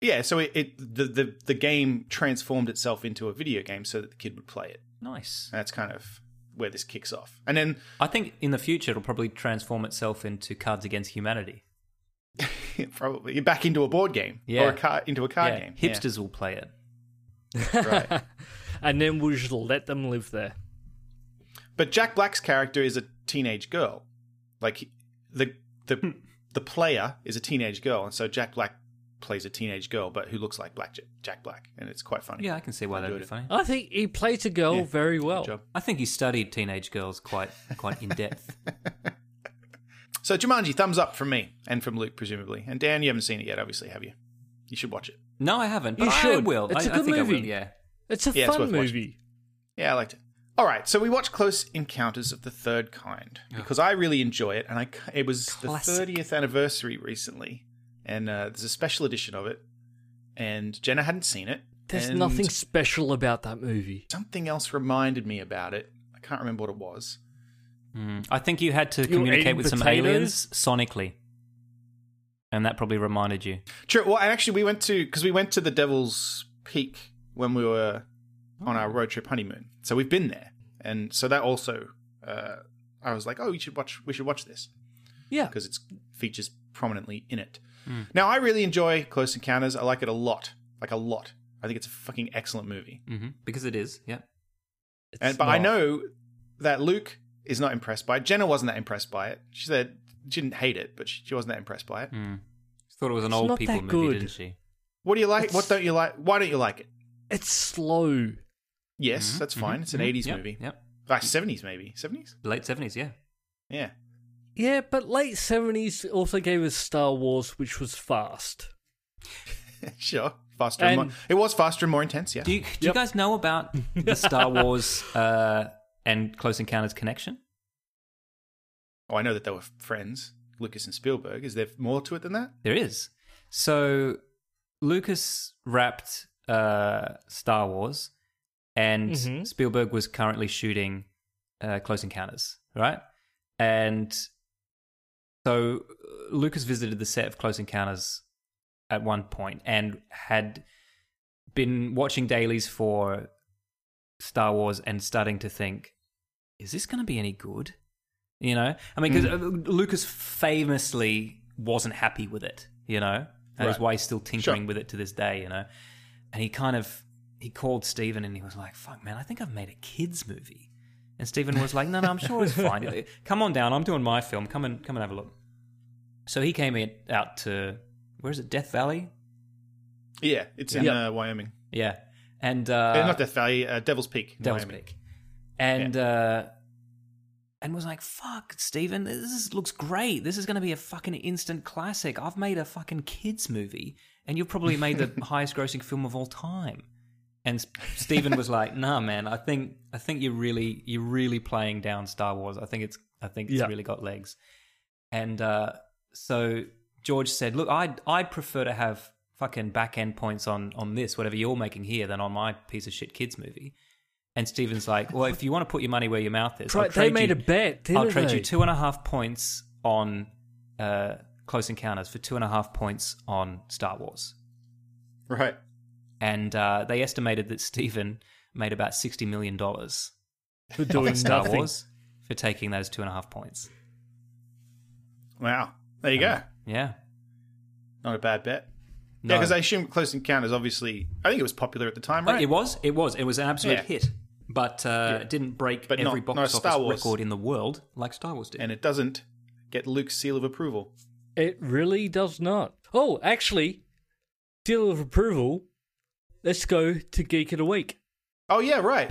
Speaker 2: yeah, so it, it the, the the game transformed itself into a video game so that the kid would play it.
Speaker 4: Nice.
Speaker 2: And that's kind of where this kicks off, and then
Speaker 4: I think in the future it'll probably transform itself into Cards Against Humanity.
Speaker 2: probably back into a board game
Speaker 4: Yeah.
Speaker 2: or a car, into a card
Speaker 4: Yeah,
Speaker 2: game. Yeah.
Speaker 4: Hipsters will play it.
Speaker 2: Right.
Speaker 1: and then we'll just let them live there.
Speaker 2: But Jack Black's character is a teenage girl. Like he- the
Speaker 4: Hmm.
Speaker 2: the the player is a teenage girl, and so Jack Black plays a teenage girl, but who looks like Black J- Jack Black, and it's quite funny.
Speaker 4: Yeah, I can see why that'd be funny.
Speaker 1: I think he plays a girl
Speaker 2: Yeah,
Speaker 1: very
Speaker 2: Good
Speaker 1: well.
Speaker 2: job.
Speaker 4: I think he studied teenage girls quite quite in depth.
Speaker 2: So Jumanji, thumbs up from me and from Luke, presumably. And Dan, you haven't seen it yet, obviously, have you? You should watch it.
Speaker 4: No, I haven't. But
Speaker 1: You
Speaker 4: I
Speaker 1: should.
Speaker 4: will.
Speaker 1: It's
Speaker 4: I,
Speaker 1: a
Speaker 4: I
Speaker 1: good
Speaker 4: think I will.
Speaker 1: movie.
Speaker 4: Yeah.
Speaker 1: It's a
Speaker 2: Yeah, it's
Speaker 1: fun
Speaker 2: worth watching.
Speaker 1: movie.
Speaker 2: Yeah, I liked it. All right, so we watched Close Encounters of the Third Kind because I really enjoy it, and I c- it was
Speaker 4: Classic.
Speaker 2: the 30th anniversary recently, and uh, there's a special edition of it, and Jenna hadn't seen it.
Speaker 1: There's
Speaker 2: and
Speaker 1: nothing special about that movie.
Speaker 2: Something else reminded me about it. I can't remember what it was.
Speaker 4: Mm. I think you had to
Speaker 1: You were
Speaker 4: communicate
Speaker 1: eating
Speaker 4: with some
Speaker 1: potatoes?
Speaker 4: aliens sonically, and that probably reminded you.
Speaker 2: True. Well, and actually, we went to because we went to the Devil's Peak when we were on
Speaker 1: Oh.
Speaker 2: our road trip honeymoon. So we've been there, and so that also, uh, I was like, oh, you should watch. We should watch this.
Speaker 1: Yeah. Hmm.
Speaker 2: because it features prominently in it. Now, I really enjoy Close Encounters. I like it a lot, like a lot. I think it's a fucking excellent movie.
Speaker 4: Mm-hmm. Because it is. Yeah.
Speaker 1: It's
Speaker 2: And, but I
Speaker 1: not-
Speaker 2: know that Luke is not impressed by it. Jenna wasn't that impressed by it. She said she didn't hate it, but she, she wasn't that impressed by it.
Speaker 1: Hmm.
Speaker 4: Mm. She thought it was an
Speaker 1: It's
Speaker 4: old
Speaker 1: not
Speaker 4: people
Speaker 1: that
Speaker 4: movie,
Speaker 1: good.
Speaker 4: didn't she?
Speaker 2: What do you like?
Speaker 1: It's-
Speaker 2: What don't you like? Why don't you like it?
Speaker 1: it's slow.
Speaker 2: Yes,
Speaker 4: Mhm,
Speaker 2: that's
Speaker 4: mhm,
Speaker 2: fine. It's an
Speaker 4: mhm.
Speaker 2: 80s
Speaker 4: Yep,
Speaker 2: movie.
Speaker 4: Yep.
Speaker 2: Ah, 70s maybe. 70s?
Speaker 4: Late seventies. Yeah.
Speaker 2: Yeah.
Speaker 1: Yeah, but late seventies also gave us Star Wars, which was fast.
Speaker 2: sure. Faster and,
Speaker 1: And-
Speaker 2: more. It was faster and more intense, yeah.
Speaker 4: Do you, do you
Speaker 1: Yep.
Speaker 4: guys know about the Star Wars uh, and Close Encounters connection?
Speaker 2: oh, I know that they were friends, Lucas and Spielberg. Is there more to it than that?
Speaker 4: There is. So Lucas wrapped uh, Star Wars, and
Speaker 1: Mhm.
Speaker 4: Spielberg was currently shooting uh, Close Encounters, right? And so uh, Lucas visited the set of Close Encounters at one point and had been watching dailies for Star Wars and starting to think, is this going to be any good? You know, I mean,
Speaker 2: Hmm.
Speaker 4: because Lucas famously wasn't happy with it. You know, that is
Speaker 2: Right.
Speaker 4: why he's still tinkering
Speaker 2: Sure.
Speaker 4: with it to this day. You know, and he kind of he called Steven and he was like, "Fuck, man, I think I've made a kids movie." And Steven was like, "No, no, I'm sure it's fine. Come on down. I'm doing my film. Come and come and have a look." So he came in, out to where is it? Death Valley.
Speaker 2: Yeah, it's in
Speaker 1: Yeah.
Speaker 2: uh, Wyoming. Eh,
Speaker 4: Yeah, and uh,
Speaker 2: Uh, not Death Valley, uh, Devil's Peak. in
Speaker 4: Devil's
Speaker 2: Wyoming.
Speaker 4: Peak. And uh, and was like, fuck, Steven, this is- looks great. This is going to be a fucking instant classic. I've made a fucking kids movie, and you've probably made the highest grossing film of all time. And S- Steven was like, nah, man, I think I think you're really you're really playing down Star Wars. I think it's I think it's
Speaker 1: Yeah.
Speaker 4: really got legs. And uh, so George said, look, I'd I'd prefer to have fucking back end points on on this, whatever you're making here, than on my piece of shit kids movie. And Steven's like, well, if you want to put your money where your mouth is, I'll
Speaker 1: Right, they
Speaker 4: trade
Speaker 1: made
Speaker 4: you-
Speaker 1: a bet, didn't
Speaker 4: I'll trade
Speaker 1: they?
Speaker 4: you two and a half points on uh, Close Encounters for two and a half points on Star Wars.
Speaker 2: Right.
Speaker 4: And uh, they estimated that Steven made about $60 million off
Speaker 1: for
Speaker 4: of
Speaker 1: doing
Speaker 4: Star
Speaker 1: nothing.
Speaker 4: Wars for taking those two and a half points.
Speaker 2: Wow. There you go.
Speaker 4: Yeah.
Speaker 2: Not a bad bet.
Speaker 4: No.
Speaker 2: Yeah, because I assume Close Encounters obviously, I think it was popular at the time, right?
Speaker 4: It was. It was. It was an absolute
Speaker 2: Yeah.
Speaker 4: hit. But uh, it didn't break
Speaker 2: But
Speaker 4: every
Speaker 2: not-
Speaker 4: box
Speaker 2: not a
Speaker 4: office
Speaker 2: Star Wars.
Speaker 4: record in the world like Star Wars did.
Speaker 2: and it doesn't get Luke's seal of approval.
Speaker 1: It really does not. Oh, actually, deal of approval. Let's go to Geek of the Week.
Speaker 2: Oh, yeah, right.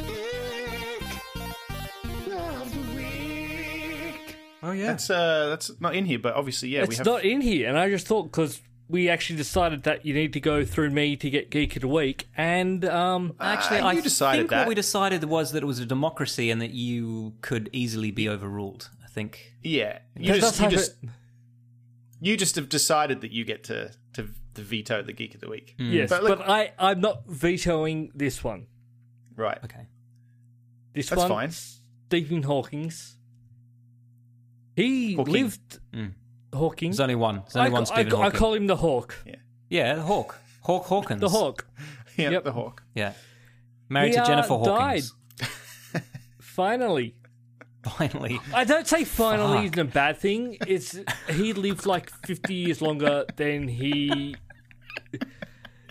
Speaker 4: oh, yeah.
Speaker 2: That's uh, that's not in here, but obviously, yeah, we
Speaker 1: it's
Speaker 2: have.
Speaker 1: not in here, and I just thought because we actually decided that you need to go through me to get Geek of the Week, and um,
Speaker 4: Actually,
Speaker 2: Ah,
Speaker 4: I
Speaker 2: you decided
Speaker 4: think
Speaker 2: that.
Speaker 4: what we decided was that it was a democracy and that you could easily be overruled. I think.
Speaker 2: yeah, you
Speaker 1: that
Speaker 2: just
Speaker 1: does
Speaker 2: you
Speaker 1: have
Speaker 2: just
Speaker 1: it-
Speaker 2: you just have decided that you get to to, to veto the geek of the week.
Speaker 4: Hmm.
Speaker 1: yes,
Speaker 2: Mm. But
Speaker 1: but,
Speaker 2: look-
Speaker 1: I I'm not vetoing this one.
Speaker 2: Right.
Speaker 4: Okay.
Speaker 1: This
Speaker 2: That's
Speaker 1: one,
Speaker 2: fine.
Speaker 1: Stephen Hawking's. He
Speaker 2: Hawking.
Speaker 1: lived
Speaker 4: Mm.
Speaker 1: Hawking.
Speaker 4: There's only one. There's only
Speaker 1: I,
Speaker 4: one.
Speaker 1: ca- I,
Speaker 4: Stephen
Speaker 1: ca- I
Speaker 4: Hawking.
Speaker 1: call him the Hawk.
Speaker 4: yeah, the Hawk. Hawk Hawkins.
Speaker 1: The Hawk.
Speaker 2: Yeah,
Speaker 1: Yep.
Speaker 2: the hawk.
Speaker 4: Yeah. Married
Speaker 1: He,
Speaker 4: to
Speaker 1: uh,
Speaker 4: Jennifer Hawkins.
Speaker 1: Finally.
Speaker 4: Finally.
Speaker 1: I don't say finally
Speaker 4: Fuck.
Speaker 1: isn't a bad thing. It's he lived like fifty years longer than he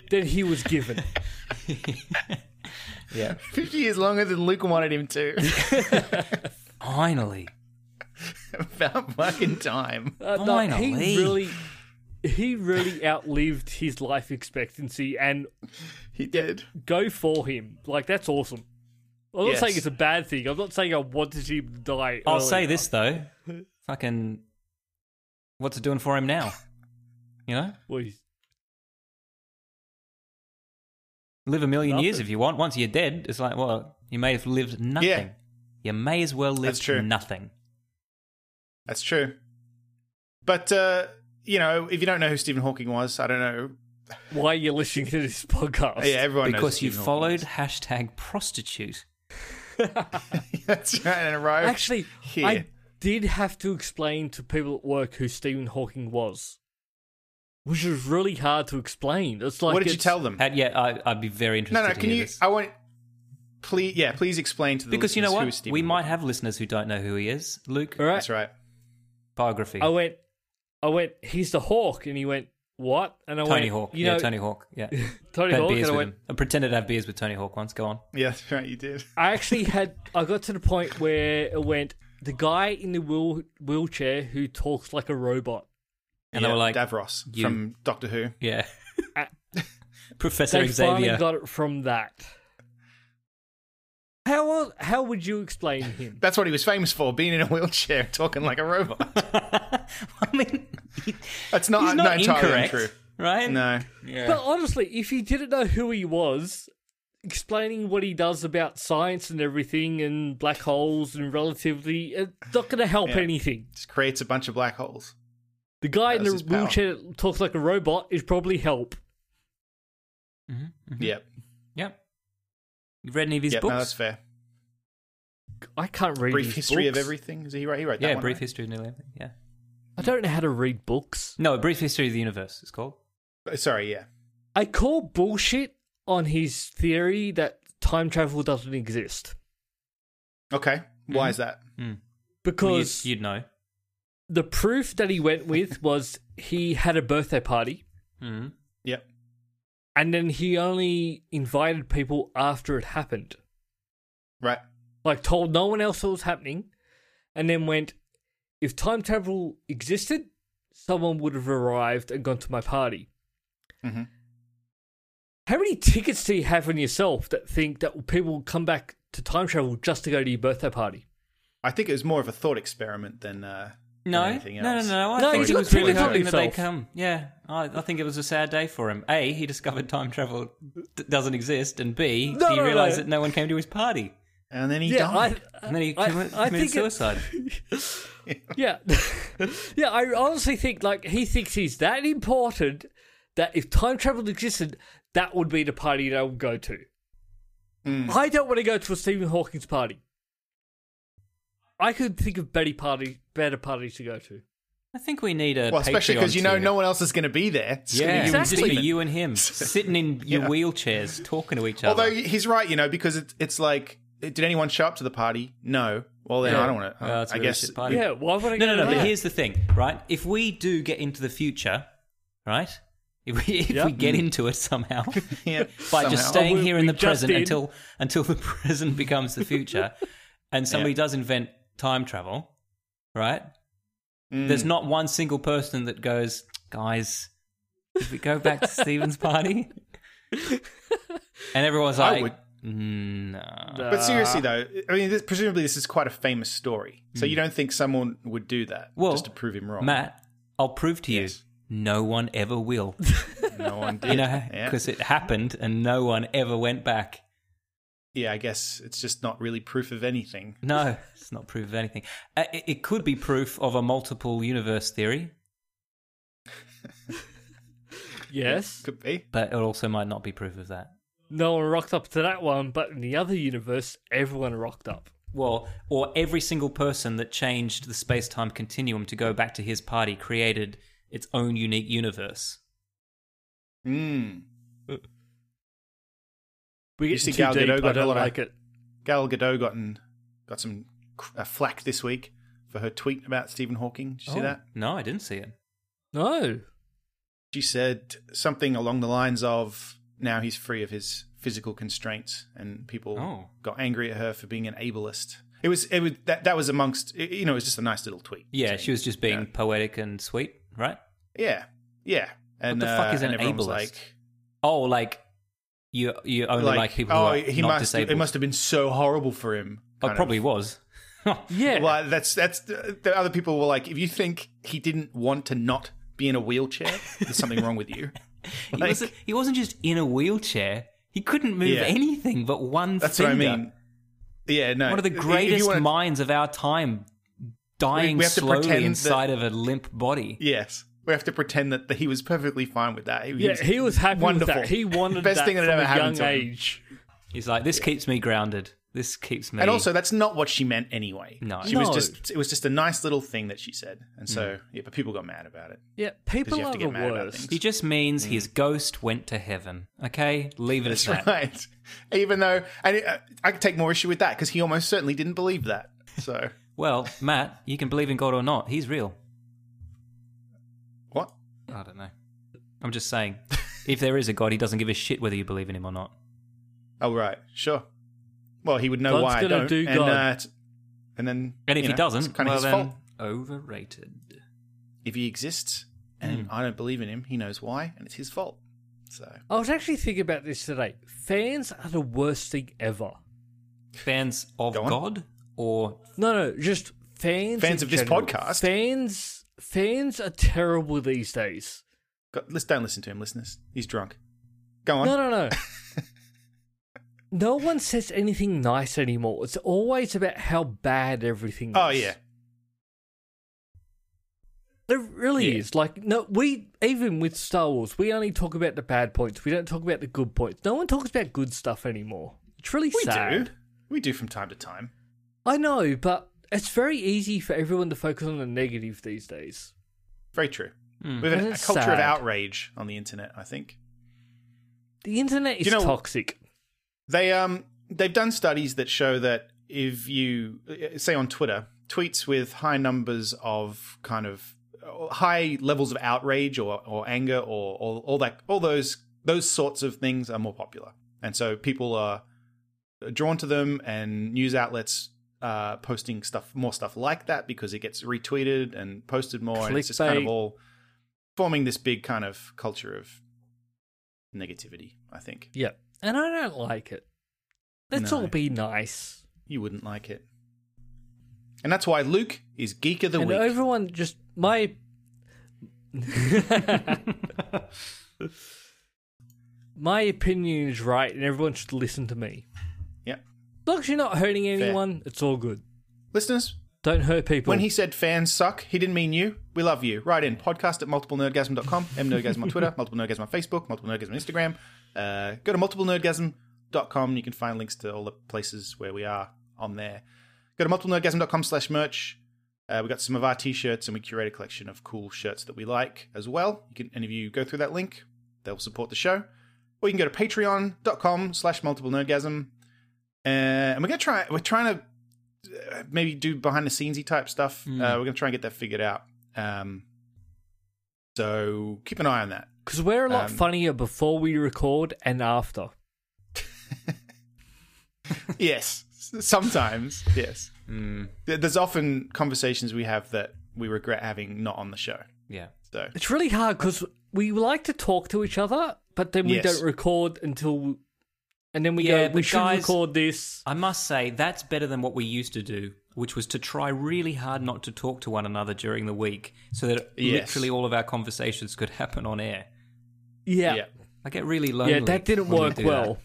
Speaker 1: than he was given.
Speaker 4: Yeah.
Speaker 2: Fifty years longer than Luke wanted him to.
Speaker 4: Finally.
Speaker 2: About fucking time.
Speaker 1: Uh, no,
Speaker 4: Finally.
Speaker 1: he really he really outlived his life expectancy, and
Speaker 2: He did.
Speaker 1: go for him. Like that's awesome. I'm not
Speaker 2: Yes.
Speaker 1: saying it's a bad thing. I'm not saying I wanted him to die.
Speaker 4: I'll
Speaker 1: earlier.
Speaker 4: say this though. Fucking. What's it doing for him now? You know,
Speaker 1: Well, he's-
Speaker 4: live a million years
Speaker 1: Nothing.
Speaker 4: if you want. Once you're dead, it's like, well, you may have lived nothing. You may as well live
Speaker 2: That's true.
Speaker 4: nothing.
Speaker 2: That's true. But uh, you know, if you don't know who Stephen Hawking was, I don't know.
Speaker 1: why are you listening to this podcast?
Speaker 2: Yeah, everyone knows
Speaker 4: because
Speaker 2: who
Speaker 4: you
Speaker 2: Stephen
Speaker 4: followed hashtag prostitute.
Speaker 2: Hawking is. That's right, and arrived.
Speaker 1: Actually,
Speaker 2: here.
Speaker 1: I did have to explain to people at work who Stephen Hawking was, which is really hard to explain. It's like
Speaker 2: what did you
Speaker 1: it's-
Speaker 2: tell them?
Speaker 4: And yeah, I, I'd be very interested.
Speaker 2: No, no.
Speaker 4: to
Speaker 2: Can
Speaker 4: hear
Speaker 2: you?
Speaker 4: This.
Speaker 2: I want. Please, yeah. Please explain to the
Speaker 4: because you know
Speaker 2: listeners who
Speaker 4: what,
Speaker 2: Stephen
Speaker 4: we
Speaker 2: Hawking
Speaker 4: might have listeners who don't know who he is. Luke
Speaker 1: All right, Oh,
Speaker 2: That's right.
Speaker 4: biography.
Speaker 1: I went, I went. He's the hawk, and he went, "What?" And I
Speaker 4: Tony
Speaker 1: went,
Speaker 4: Hawk.
Speaker 1: You
Speaker 4: yeah,
Speaker 1: know,
Speaker 4: Tony Hawk. Yeah,
Speaker 1: Tony
Speaker 4: Had
Speaker 1: Hawk.
Speaker 4: beers
Speaker 1: And I
Speaker 4: with
Speaker 1: went,
Speaker 4: him. I pretended to have beers with Tony Hawk once. Go on.
Speaker 2: Yeah, that's right. You did.
Speaker 1: I actually had. I got to the point where it went. The guy in the wheel, wheelchair who talks like a robot.
Speaker 4: And
Speaker 2: yeah,
Speaker 4: they were like,
Speaker 2: Davros
Speaker 4: you-
Speaker 2: from Doctor Who.
Speaker 4: yeah,
Speaker 1: Uh,
Speaker 4: Professor
Speaker 1: they
Speaker 4: Xavier.
Speaker 1: finally got it from that. How el- how would you explain him?
Speaker 2: That's what he was famous for, being in a wheelchair, talking like a robot.
Speaker 4: I mean, he-
Speaker 2: That's not,
Speaker 4: he's not
Speaker 2: entirely
Speaker 4: incorrect,
Speaker 2: untrue.
Speaker 4: right?
Speaker 2: No.
Speaker 1: But honestly, if you didn't know who he was, explaining what he does about science and everything and black holes and relativity, it's not going to help
Speaker 2: Yeah.
Speaker 1: anything.
Speaker 2: Just creates a bunch of black holes.
Speaker 1: The guy in
Speaker 2: That's
Speaker 1: the
Speaker 2: his power.
Speaker 1: wheelchair that talks like a robot is probably help.
Speaker 2: Yep.
Speaker 4: Yep. You've read any of Mm-hmm. his
Speaker 2: yep.
Speaker 4: books?
Speaker 2: No, that's fair.
Speaker 1: I can't read
Speaker 2: Brief
Speaker 1: these
Speaker 2: history of
Speaker 1: books.
Speaker 2: everything. Is he right? He wrote that
Speaker 4: yeah,
Speaker 2: one, eh?
Speaker 4: brief
Speaker 2: right?
Speaker 4: history of nearly everything. Yeah.
Speaker 1: I don't know how to read books.
Speaker 4: No, a brief history of the universe. It's called.
Speaker 2: Uh, Sorry. Yeah.
Speaker 1: I call bullshit on his theory that time travel doesn't exist
Speaker 2: Okay. Why is that?
Speaker 4: Mm. Well, you'd,
Speaker 1: because
Speaker 4: you'd know.
Speaker 1: the proof that he went with was he had a birthday party
Speaker 2: Hmm.
Speaker 4: Mm.
Speaker 2: Yep.
Speaker 1: and then he only invited people after it happened.
Speaker 2: Right.
Speaker 1: like told no one else what was happening, and then went, if time travel existed, someone would have arrived and gone to my party.
Speaker 2: Mhm.
Speaker 1: How many tickets do you have on yourself that think that people will come back to time travel just to go to your birthday party?
Speaker 2: I think it was more of a thought experiment than uh, than
Speaker 4: No, no,
Speaker 2: anything
Speaker 4: no,
Speaker 2: else.
Speaker 4: no. I
Speaker 1: No,
Speaker 4: think
Speaker 1: he's
Speaker 4: he
Speaker 1: not
Speaker 4: was really
Speaker 1: killing
Speaker 4: hoping that they'd
Speaker 1: himself.
Speaker 4: come. Yeah, I, I think it was a sad day for him. A, he discovered time travel d- doesn't exist, and B,
Speaker 1: No,
Speaker 4: he
Speaker 1: no, no.
Speaker 4: realized that no one came to his party,
Speaker 2: And then he
Speaker 1: Yeah,
Speaker 2: died.
Speaker 1: I,
Speaker 4: and then he
Speaker 1: I-
Speaker 4: commi-
Speaker 1: I
Speaker 4: committed
Speaker 1: think it-
Speaker 4: suicide.
Speaker 1: yeah, yeah. I honestly think like he thinks he's that important that if time travel existed, that would be the party that I would go to.
Speaker 2: Hmm.
Speaker 1: I don't want to go to a Stephen Hawking's party. I could think of better party, better parties to go to.
Speaker 4: I think we need a
Speaker 2: well, especially because
Speaker 4: because
Speaker 2: you know no one else is going to be there. It's gonna be
Speaker 4: Yeah,
Speaker 2: you and
Speaker 1: Exactly.
Speaker 4: just be
Speaker 2: Steven.
Speaker 4: you and him sitting in your
Speaker 2: Yeah.
Speaker 4: wheelchairs talking to each other.
Speaker 2: Although he's right, you know, because it, it's like, did anyone show up to the party? No. Well, then
Speaker 4: Yeah.
Speaker 2: I don't want to.
Speaker 4: Well, it's a
Speaker 2: I
Speaker 4: really
Speaker 2: guess.
Speaker 4: shit party.
Speaker 1: Yeah, why would I? go
Speaker 4: No, no,
Speaker 1: to
Speaker 4: no. But
Speaker 1: that?
Speaker 4: here's the thing, right? If we do get into the future, right? If we if
Speaker 1: Yeah.
Speaker 4: we get into it somehow,
Speaker 2: Yeah,
Speaker 4: by just
Speaker 2: somehow.
Speaker 4: staying
Speaker 1: Oh, we-
Speaker 4: here in
Speaker 1: we
Speaker 4: the
Speaker 1: just
Speaker 4: present
Speaker 1: did.
Speaker 4: until until the present becomes the future, and somebody does invent time travel, right?
Speaker 1: Mm.
Speaker 4: There's not one single person that goes, guys. Did we go back to Stephen's party? And everyone's
Speaker 2: I
Speaker 4: like,
Speaker 2: would-
Speaker 4: "No."
Speaker 2: But
Speaker 4: Uh,
Speaker 2: seriously, though, I mean, this, presumably this is quite a famous story, so you don't think someone would do that
Speaker 4: Hmm. Well,
Speaker 2: just to prove him wrong?
Speaker 4: Matt, I'll prove to
Speaker 2: Yes.
Speaker 4: you, no one ever will.
Speaker 2: no one did.
Speaker 4: you know,
Speaker 2: yeah.
Speaker 4: because it happened and no one ever went back.
Speaker 2: yeah, I guess it's just not really proof of anything.
Speaker 4: No, it's not proof of anything. Uh, It, it could be proof of a multiple universe theory, Ah,
Speaker 1: yes,
Speaker 2: Could be.
Speaker 4: but it also might not be proof of that.
Speaker 1: no one rocked up to that one, but in the other universe, everyone rocked up.
Speaker 4: Well, or every single person that changed the space time continuum to go back to his party created its own unique universe.
Speaker 2: Mm.
Speaker 1: We
Speaker 2: You
Speaker 1: get
Speaker 2: see
Speaker 1: too
Speaker 2: Gal
Speaker 1: deep.
Speaker 2: Gadot
Speaker 1: I
Speaker 2: got a
Speaker 1: don't
Speaker 2: lot of-
Speaker 1: like it.
Speaker 2: Gal Gadot gotten got some cr- uh, flack this week for her tweet about Stephen Hawking. Did you see
Speaker 4: Oh,
Speaker 2: that?
Speaker 4: No, I didn't see it.
Speaker 1: No,
Speaker 2: She said something along the lines of, "Now he's free of his physical constraints," and people
Speaker 4: Oh.
Speaker 2: got angry at her for being an ableist. It was it was that that was amongst it- you know it was just a nice little tweet.
Speaker 4: Yeah,
Speaker 2: saying,
Speaker 4: she was just being
Speaker 2: you know,
Speaker 4: poetic and sweet, right?
Speaker 2: yeah yeah. And
Speaker 4: the fuck
Speaker 2: uh,
Speaker 4: is
Speaker 2: and
Speaker 4: an
Speaker 2: everyone was
Speaker 4: ableist?
Speaker 2: Like,
Speaker 4: Oh, like you you only like, people
Speaker 2: oh,
Speaker 4: who are
Speaker 2: he
Speaker 4: not
Speaker 2: must
Speaker 4: disabled.
Speaker 2: it must have been so horrible for him.
Speaker 4: Oh,
Speaker 2: kind of.
Speaker 4: probably was.
Speaker 1: yeah,
Speaker 2: Well, that's that's the other people were like, if you think he didn't want to not be in a wheelchair, there's something wrong with you.
Speaker 4: He,
Speaker 2: Like-
Speaker 4: wasn't, he wasn't just in a wheelchair. He couldn't move
Speaker 2: Yeah.
Speaker 4: anything but one
Speaker 2: That's
Speaker 4: finger.
Speaker 2: what I mean. Yeah, no.
Speaker 4: One of the
Speaker 2: If- if you
Speaker 4: greatest
Speaker 2: wanna-
Speaker 4: minds of our time, dying
Speaker 2: we have to pretend
Speaker 4: slowly
Speaker 2: that-
Speaker 4: inside of a limp body.
Speaker 2: Yes, we have to pretend that he was perfectly fine with that. He
Speaker 1: yeah. He was happy
Speaker 2: wonderful.
Speaker 1: with that. He wanted
Speaker 2: best
Speaker 1: that
Speaker 2: thing that
Speaker 1: from
Speaker 2: ever
Speaker 1: a
Speaker 2: happened
Speaker 1: young
Speaker 2: to him.
Speaker 1: age.
Speaker 4: He's like, this keeps me grounded. This keeps me.
Speaker 2: And also, that's not what she meant anyway.
Speaker 4: No. Mm.
Speaker 2: she was
Speaker 1: No.
Speaker 2: just it was just a nice little thing that she said, and so yeah, but people got mad about it.
Speaker 1: Yeah,
Speaker 2: you
Speaker 1: people
Speaker 2: have
Speaker 1: are
Speaker 2: to
Speaker 1: the
Speaker 2: get mad about
Speaker 1: worst.
Speaker 4: he just means his ghost went to heaven. Okay, leave
Speaker 2: Mm.
Speaker 4: it
Speaker 2: That's
Speaker 4: at that.
Speaker 2: right. Even though, and it, uh, I could take more issue with that because he almost certainly didn't believe that. So
Speaker 4: Well, Matt, you can believe in God or not. He's real.
Speaker 2: what?
Speaker 4: I don't know. I'm just saying, if there is a God, he doesn't give a shit whether you believe in him or not.
Speaker 2: Oh right, sure. Well, he would know
Speaker 1: God's
Speaker 2: why I
Speaker 1: gonna
Speaker 2: don't.
Speaker 1: do
Speaker 2: and,
Speaker 1: God.
Speaker 2: uh, t- and then,
Speaker 4: And if
Speaker 2: you
Speaker 4: he
Speaker 2: know,
Speaker 4: doesn't,
Speaker 2: it's kind
Speaker 4: well
Speaker 2: of his
Speaker 4: then,
Speaker 2: fault.
Speaker 4: overrated.
Speaker 2: If he exists and I don't believe in him, he knows why, and it's his fault. So
Speaker 1: I was actually thinking about this today. Fans are the worst thing ever.
Speaker 4: Fans of
Speaker 2: Go on.
Speaker 4: God or
Speaker 1: No, no, just fans.
Speaker 2: Fans
Speaker 1: in
Speaker 2: of this
Speaker 1: general.
Speaker 2: podcast?
Speaker 1: Fans, fans are terrible these days.
Speaker 2: go, let's don't listen to him, listeners. He's drunk. Go on.
Speaker 1: No, no, no. no one says anything nice anymore. It's always about how bad everything is.
Speaker 2: Oh yeah,
Speaker 1: It really
Speaker 2: Yeah.
Speaker 1: is. Like no we even with Star Wars, we only talk about the bad points. We don't talk about the good points. No one talks about good stuff anymore. It's really
Speaker 2: we
Speaker 1: sad.
Speaker 2: do. We do from time to time.
Speaker 1: I know, but it's very easy for everyone to focus on the negative these days.
Speaker 2: Very true. We have
Speaker 1: And
Speaker 2: a, a
Speaker 1: it's
Speaker 2: culture of
Speaker 1: sad.
Speaker 2: outrage on the internet. I think
Speaker 1: The internet is
Speaker 2: You know-
Speaker 1: toxic.
Speaker 2: they um they've done studies that show that if you say on Twitter tweets with high numbers of kind of high levels of outrage or, or anger or, or all that all those those sorts of things are more popular, and so people are drawn to them and news outlets. Uh, posting stuff, more stuff like that, because it gets retweeted and posted more, and it's just kind of
Speaker 1: Clickbait.
Speaker 2: all forming this big kind of culture of negativity. I think
Speaker 1: Yeah. And I don't like it. Let's
Speaker 2: No.
Speaker 1: all be nice.
Speaker 2: you wouldn't like it. And that's why Luke is Geek of the
Speaker 1: and
Speaker 2: Week.
Speaker 1: everyone just my my opinion is right, and everyone should listen to me.
Speaker 2: yeah.
Speaker 1: As long as you're not hurting anyone, it's all good.
Speaker 2: Listeners,
Speaker 1: Don't hurt people.
Speaker 2: When he said fans suck, he didn't mean you. We love you. Write in podcast at multiplenerdgasm.com, mnerdgasm on Twitter, multiple nerdgasm on Facebook, multiple nerdgasm on Instagram. Uh, go to multiplenerdgasm.com. You can find links to all the places where we are on there. Go to multiplenerdgasm.com slash merch. Uh, we got some of our t-shirts and we curate a collection of cool shirts that we like as well. You can, and if you go through that link, they'll support the show. Or you can go to patreon.com slash multiple nerdgasm. Uh, and we're gonna try. We're trying to uh, maybe do behind the scenesy type stuff. Uh, we're gonna try and get that figured out. Um, so keep an eye on that.
Speaker 1: Because we're a lot
Speaker 2: Um,
Speaker 1: funnier before we record and after.
Speaker 2: yes, sometimes yes. There- There's often conversations we have that we regret having not on the show.
Speaker 4: Yeah.
Speaker 2: So
Speaker 1: It's really hard because we like to talk to each other, but then we
Speaker 2: Yes.
Speaker 1: don't record until, we, and then we go.
Speaker 4: Yeah,
Speaker 1: We
Speaker 4: but
Speaker 1: should
Speaker 4: guys-
Speaker 1: record this.
Speaker 4: I must say that's better than what we used to do, which was to try really hard not to talk to one another during the week, so that
Speaker 2: Yes.
Speaker 4: literally all of our conversations could happen on air.
Speaker 1: Yeah, yeah,
Speaker 2: yeah.
Speaker 4: I get really lonely.
Speaker 1: that didn't
Speaker 4: when we
Speaker 1: work
Speaker 4: do that.
Speaker 1: well.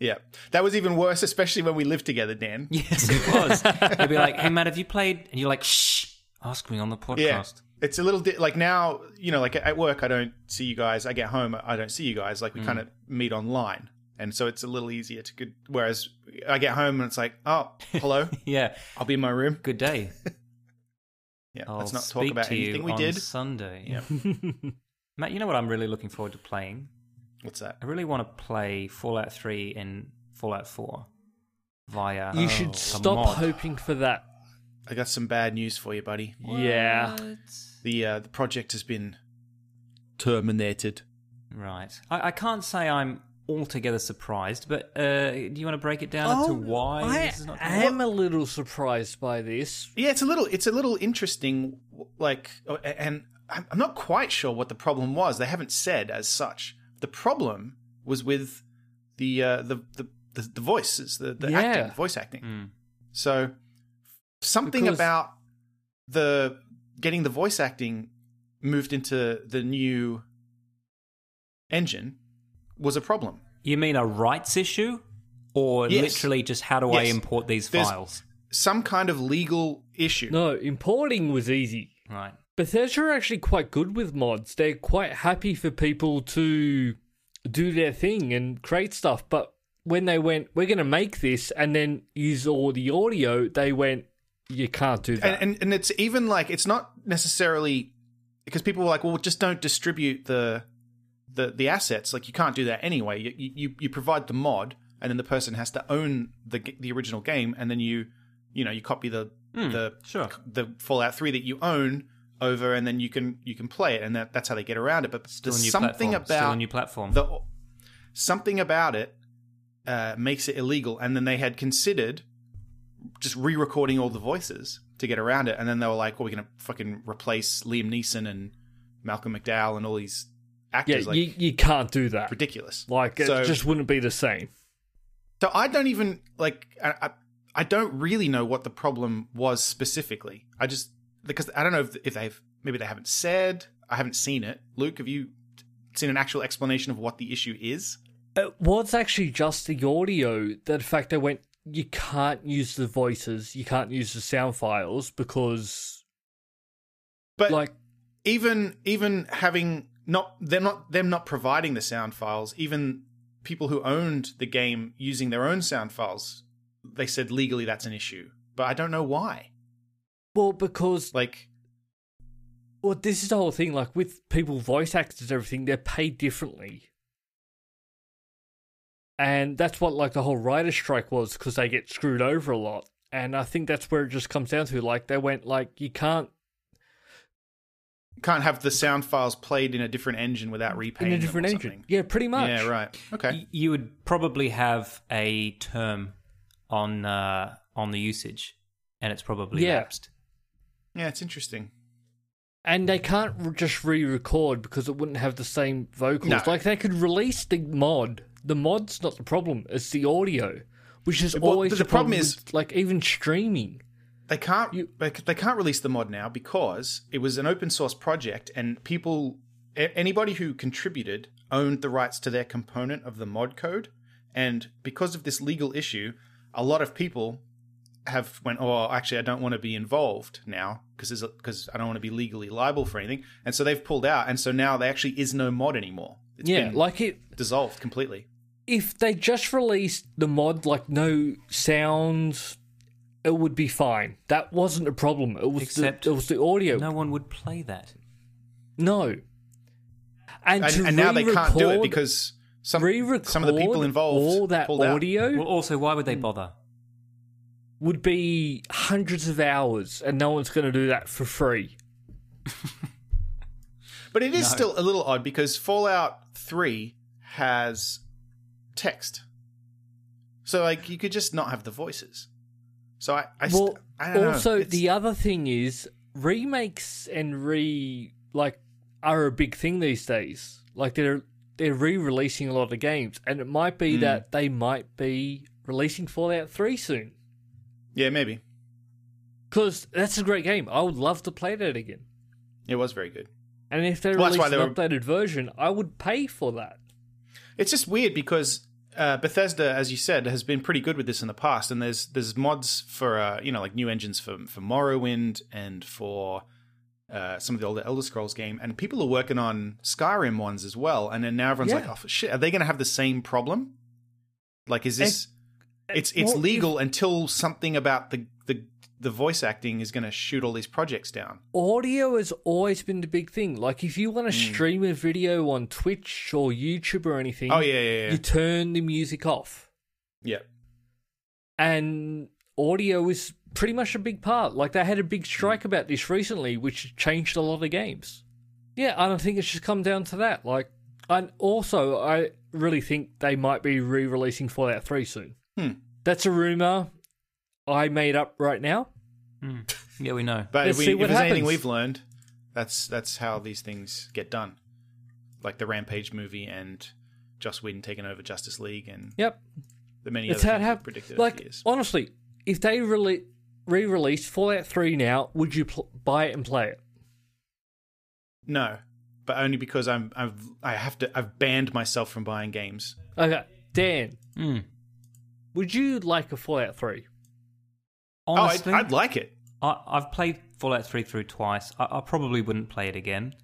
Speaker 2: Yeah, that was even worse, especially when we lived together, Dan.
Speaker 4: Yes, it was. They'd be like, "Hey, Matt, have you played?" And you're like, "Shh, ask me on the podcast."
Speaker 2: Yeah, it's a little di- like now, you know, like at work, I don't see you guys. I get home, I don't see you guys. Like we kind of meet online, and so it's a little easier to. Good, whereas I get home and it's like, oh, hello,
Speaker 4: Yeah.
Speaker 2: I'll be in my room.
Speaker 4: Good day.
Speaker 2: Yeah,
Speaker 4: I'll
Speaker 2: let's not
Speaker 4: speak
Speaker 2: talk about
Speaker 4: to you
Speaker 2: anything we
Speaker 4: on
Speaker 2: did.
Speaker 4: Sunday.
Speaker 2: Yeah.
Speaker 4: Matt, you know what I'm really looking forward to playing?
Speaker 2: What's that?
Speaker 4: I really want to play Fallout 3 and Fallout 4 via.
Speaker 1: You
Speaker 4: a
Speaker 1: should stop
Speaker 4: mod.
Speaker 1: hoping for that.
Speaker 2: I got some bad news for you, buddy.
Speaker 1: Yeah,
Speaker 2: The uh, the project has been terminated.
Speaker 4: Right. I, I can't say I'm altogether surprised, but uh, do you want to break it down
Speaker 2: Oh,
Speaker 4: as to why
Speaker 1: Oh, I
Speaker 4: this is not?
Speaker 1: am a little surprised by this.
Speaker 2: Yeah, it's a little it's a little interesting. Like, oh, a- and I'm I'm not quite sure what the problem was. They haven't said as such. The problem was with the uh, the, the the the voices, the the
Speaker 1: Yeah. Hmm.
Speaker 2: acting, voice acting. So something
Speaker 1: Because-
Speaker 2: about the getting the voice acting moved into the new engine was a problem.
Speaker 4: You mean a rights issue, or
Speaker 2: Yes.
Speaker 4: literally just how do I
Speaker 2: Yes.
Speaker 4: import these
Speaker 2: There's-
Speaker 4: files?
Speaker 2: Some kind of legal issue.
Speaker 1: No, importing was easy.
Speaker 4: Right.
Speaker 1: Bethesda are actually quite good with mods. They're quite happy for people to do their thing and create stuff. But when they went, we're going to make this and then use all the audio, they went, you can't do that.
Speaker 2: and, and and it's even like it's not necessarily because people were like, well, just don't distribute the the the assets. Like you can't do that anyway. You you, you provide the mod, and then the person has to own the g- the original game, and then you you know you copy the the
Speaker 4: Hmm, sure.
Speaker 2: the Fallout Three that you own over, and then you can you can play it, and that, that's how they get around it. But
Speaker 4: Still a
Speaker 2: there's
Speaker 4: new
Speaker 2: something
Speaker 4: platform. Still a
Speaker 2: about
Speaker 4: new platform.
Speaker 2: the something about it uh, makes it illegal, and then they had considered just re-recording all the voices to get around it, and then they were like, "Well, we're gonna fucking replace Liam Neeson and Malcolm McDowell and all these
Speaker 1: yeah,
Speaker 2: actors, like
Speaker 1: you, you can't do that.
Speaker 2: ridiculous."
Speaker 1: Like, it
Speaker 2: so,
Speaker 1: just wouldn't be the same.
Speaker 2: so I don't even like I, I I don't really know what the problem was specifically. I just because I don't know if, if they've maybe they haven't said. I haven't seen it. Luke, have you seen an actual explanation of what the issue is?
Speaker 1: It was actually just the audio. That fact they went, you can't use the voices, you can't use the sound files because,
Speaker 2: But
Speaker 1: like,
Speaker 2: even even having not they're not them not providing the sound files even people who owned the game using their own sound files they said legally that's an issue but i don't know why
Speaker 1: well, because
Speaker 2: like
Speaker 1: Well, this is the whole thing. Like with people, voice actors, and everything they're paid differently, and that's what like the whole writer's strike was because they get screwed over a lot. And I think that's where it just comes down to. Like they went like you can't
Speaker 2: can't have the sound files played in a different engine without repaying
Speaker 1: in a
Speaker 2: them or
Speaker 1: different engine.
Speaker 2: something.
Speaker 1: Yeah, pretty much.
Speaker 2: yeah right okay
Speaker 4: Y- you would probably have a term on uh, on the usage, and it's probably
Speaker 1: Yeah.
Speaker 4: lapsed.
Speaker 2: yeah it's interesting
Speaker 1: And they can't re- just re-record because it wouldn't have the same vocals.
Speaker 2: No.
Speaker 1: Like they could release the mod. The mod's not the problem. It's the audio, which is
Speaker 2: Well,
Speaker 1: always
Speaker 2: the
Speaker 1: the problem.
Speaker 2: problem is-
Speaker 1: with, like even streaming.
Speaker 2: They can't.
Speaker 1: You-
Speaker 2: they they can't release the mod now because it was an open source project, and people, a- anybody who contributed, owned the rights to their component of the mod code. And because of this legal issue, a lot of people have went, oh, actually, I don't want to be involved now because because I don't want to be legally liable for anything. And so they've pulled out, and so now there actually is no mod anymore. It's
Speaker 1: yeah,
Speaker 2: been
Speaker 1: like it.
Speaker 2: dissolved completely.
Speaker 1: If they just released the mod, like no sounds, it would be fine. That wasn't a problem. It was
Speaker 4: Except
Speaker 1: the, it was the audio.
Speaker 4: No one would play that.
Speaker 1: No. And,
Speaker 2: and,
Speaker 1: to
Speaker 2: and now they can't do it
Speaker 1: re-record-
Speaker 2: because some
Speaker 1: re-record
Speaker 2: some of the people involved
Speaker 1: all that
Speaker 2: pulled
Speaker 1: audio
Speaker 4: Well, also, why would
Speaker 1: Hmm.
Speaker 4: they bother?
Speaker 1: would be hundreds of hours, and no one's going to do that for free.
Speaker 2: out. But it is still a little odd because Fallout Three has text, so like you could just not have the voices. So I, I, st-
Speaker 1: well,
Speaker 2: I don't know.
Speaker 1: also
Speaker 2: It's-
Speaker 1: the other thing is remakes and re like are a big thing these days. Like they're they're re-releasing a lot of games, and it might be
Speaker 2: Hmm.
Speaker 1: that they might be releasing Fallout Three soon
Speaker 2: yeah, maybe
Speaker 1: because that's a great game. I would love to play that again.
Speaker 2: it was very good.
Speaker 1: And if they
Speaker 2: Well, that's
Speaker 1: release
Speaker 2: why
Speaker 1: an
Speaker 2: they were-
Speaker 1: updated version, I would pay for that.
Speaker 2: It's just weird because uh, Bethesda, as you said, has been pretty good with this in the past, and there's there's mods for uh, you know like new engines for for Morrowind and for uh, some of the older Elder Scrolls game, and people are working on Skyrim ones as well, and then now everyone's
Speaker 1: Yeah.
Speaker 2: like, oh shit, are they going to have the same problem? Like, is this? it's it's
Speaker 1: Eh, well, if-
Speaker 2: legal until something about the the the voice acting is going to shoot all these projects down.
Speaker 1: audio has always been the big thing. Like if you want to
Speaker 2: Hmm.
Speaker 1: stream a video on Twitch or YouTube or anything,
Speaker 2: Oh yeah, yeah, yeah,
Speaker 1: you turn the music off.
Speaker 2: yeah.
Speaker 1: And audio is pretty much a big part. Like they had a big strike about this recently, which changed a lot of games. Yeah, and I don't think it's just come down to that. Like, and also I really think they might be re-releasing Fallout Three soon.
Speaker 2: Hmm.
Speaker 1: That's a rumor I made up right now.
Speaker 4: Hmm. Yeah, we know.
Speaker 2: But
Speaker 1: Let's
Speaker 2: if, we,
Speaker 1: see
Speaker 2: if
Speaker 1: what
Speaker 2: there's anything
Speaker 1: happens.
Speaker 2: we've learned, that's that's how these things get done. Like the Rampage movie and Joss Whedon taking over Justice League and
Speaker 1: Yep,
Speaker 2: the many
Speaker 1: It's
Speaker 2: other
Speaker 1: how it
Speaker 2: things we've
Speaker 1: happened.
Speaker 2: predicted over
Speaker 1: Like
Speaker 2: the years.
Speaker 1: honestly, if they rele- re-released Fallout Three now, would you pl- buy it and play it?
Speaker 2: No, but only because I'm I've I have to I've banned myself from buying games.
Speaker 1: Okay, Dan,
Speaker 4: Hmm.
Speaker 1: would you like a Fallout Three?
Speaker 4: Honestly,
Speaker 2: oh, I'd, I'd like it.
Speaker 4: I, I've played Fallout 3 through twice. I, I probably wouldn't play it again.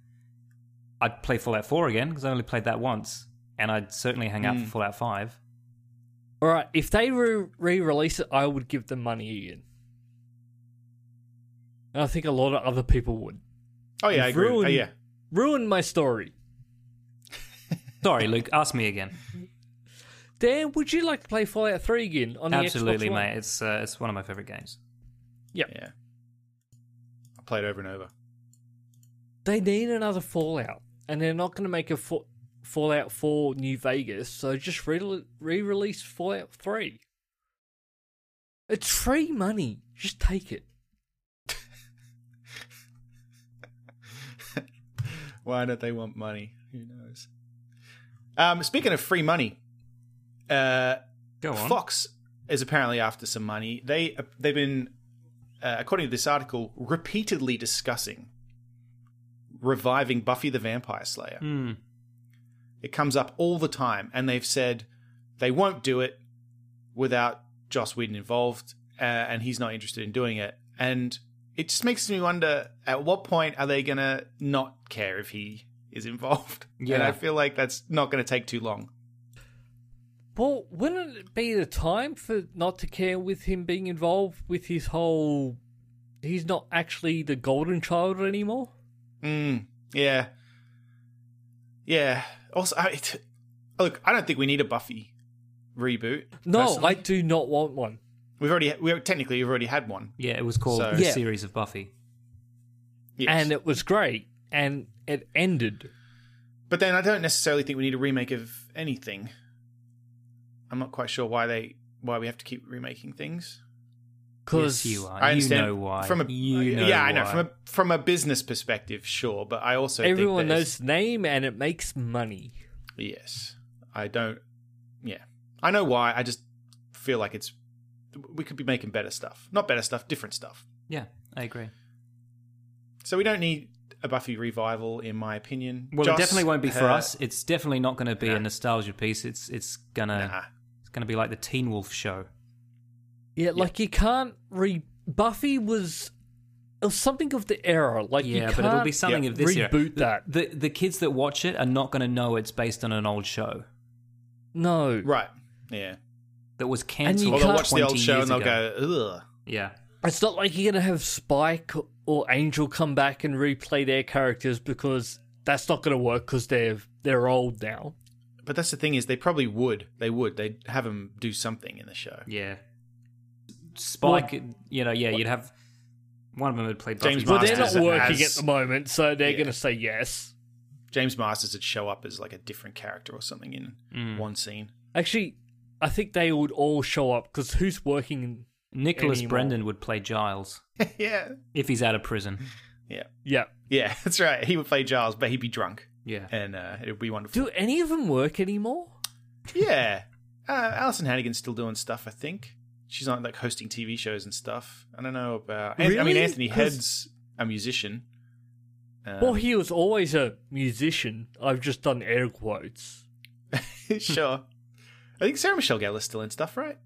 Speaker 4: I'd play Fallout 4 again because I only played that once. And I'd certainly hang
Speaker 2: Hmm.
Speaker 4: out for Fallout 5.
Speaker 1: All right, if they re- re-release it, I would give them money again. And I think a lot of other people would.
Speaker 2: Oh yeah,
Speaker 1: You've
Speaker 2: I agree. Oh,
Speaker 1: ruined-
Speaker 2: yeah,
Speaker 1: Ruin my story.
Speaker 4: Sorry, Luke, ask me again.
Speaker 1: Dan, would you like to play Fallout Three again on the
Speaker 4: Absolutely,
Speaker 1: Xbox One?
Speaker 4: mate. It's, uh, it's one of my favorite games.
Speaker 2: yeah. I played over and over.
Speaker 1: They need another Fallout, and they're not going to make a fa- Fallout Four New Vegas, so just re- re-release Fallout Three. It's free money. Just take it.
Speaker 2: Why don't they want money? Who knows? Um, speaking of free money, uh,
Speaker 4: Go on.
Speaker 2: Fox is apparently after some money. They they've been, uh, according to this article, repeatedly discussing reviving Buffy the Vampire Slayer.
Speaker 4: Hmm.
Speaker 2: It comes up all the time, and they've said they won't do it without Joss Whedon involved, uh, and he's not interested in doing it. And it just makes me wonder: at what point are they gonna not care if he is involved? And
Speaker 4: Yeah.
Speaker 2: I feel like that's not gonna take too long.
Speaker 1: Well, wouldn't it be the time for not to care with him being involved with his whole? He's not actually the golden child anymore.
Speaker 2: Mm, yeah. Yeah. Also, I, t- look, I don't think we need a Buffy reboot.
Speaker 1: No,
Speaker 2: personally.
Speaker 1: I do not want one.
Speaker 2: we've already we technically we've already had one.
Speaker 4: Yeah, it was called
Speaker 2: So-
Speaker 4: The
Speaker 1: Yeah.
Speaker 4: Series of Buffy.
Speaker 2: Yes.
Speaker 1: And it was great, and it ended.
Speaker 2: but then I don't necessarily think we need a remake of anything. I'm not quite sure why they why we have to keep remaking things.
Speaker 1: Because
Speaker 4: Yes, Uh, you are.
Speaker 2: I understand
Speaker 4: You know why.
Speaker 2: from a uh,
Speaker 4: You know
Speaker 2: yeah, I know
Speaker 4: why.
Speaker 2: from a from a business perspective, sure, but I also
Speaker 1: everyone
Speaker 2: think there's-
Speaker 1: knows the name and it makes money.
Speaker 2: Yes. I don't. Yeah. I know why. I just feel like it's. We could be making better stuff. Not better stuff, different stuff.
Speaker 4: Yeah, I agree.
Speaker 2: So we don't need a Buffy revival, in my opinion.
Speaker 4: Well,
Speaker 2: Joss,
Speaker 4: it definitely won't be for
Speaker 2: her-
Speaker 4: us. It's definitely not going to be a nostalgia piece. It's it's gonna
Speaker 2: Nah.
Speaker 4: it's gonna be like the Teen Wolf show.
Speaker 1: Yeah, like you can't re Buffy was it was something of the era. Like you
Speaker 4: yeah,
Speaker 1: can't
Speaker 4: but it'll be something
Speaker 2: Yeah.
Speaker 4: of this year.
Speaker 1: reboot that.
Speaker 4: The the kids that watch it are not going to know it's based on an old show
Speaker 1: no.
Speaker 2: Right. Yeah.
Speaker 4: that was
Speaker 1: you
Speaker 4: cancelled.
Speaker 2: Or
Speaker 1: Well,
Speaker 2: they'll
Speaker 1: can't-
Speaker 2: watch the
Speaker 4: 20
Speaker 2: old show
Speaker 4: years
Speaker 2: and they'll
Speaker 4: ago.
Speaker 2: go, ugh.
Speaker 4: Yeah,
Speaker 1: It's not like you're gonna have Spike or Angel come back and replay their characters because that's not gonna work because they're they're old now.
Speaker 2: But that's the thing is they probably would. They would. They'd have him do something in the show.
Speaker 4: yeah. Spike, you know, yeah, you'd have one of them would play Buffy.
Speaker 2: James
Speaker 1: Well,
Speaker 2: Masters
Speaker 1: they're not
Speaker 2: as-
Speaker 1: working at the moment, so they're
Speaker 2: Yeah.
Speaker 1: gonna say yes.
Speaker 2: James Masters would show up as like a different character or something in
Speaker 4: Mm.
Speaker 2: one scene.
Speaker 1: Actually, I think they would all show up because who's working? in-
Speaker 4: Nicholas
Speaker 1: anymore.
Speaker 4: Brendan would play Giles
Speaker 2: yeah.
Speaker 4: if he's out of prison.
Speaker 2: Yeah.
Speaker 1: Yeah.
Speaker 2: Yeah, that's right. He would play Giles, but he'd be drunk.
Speaker 4: Yeah,
Speaker 2: And uh, it would be wonderful.
Speaker 1: Do any of them work anymore?
Speaker 2: Yeah. Uh, Alison Hannigan's still doing stuff, I think. She's on like hosting TV shows and stuff. I don't know about. An- I mean,
Speaker 1: Really?
Speaker 2: Anthony
Speaker 1: 'Cause-
Speaker 2: Head's a musician. Um,
Speaker 1: well, he was always a musician. I've just done air quotes.
Speaker 2: sure. I think Sarah Michelle Gellar's still in stuff, right?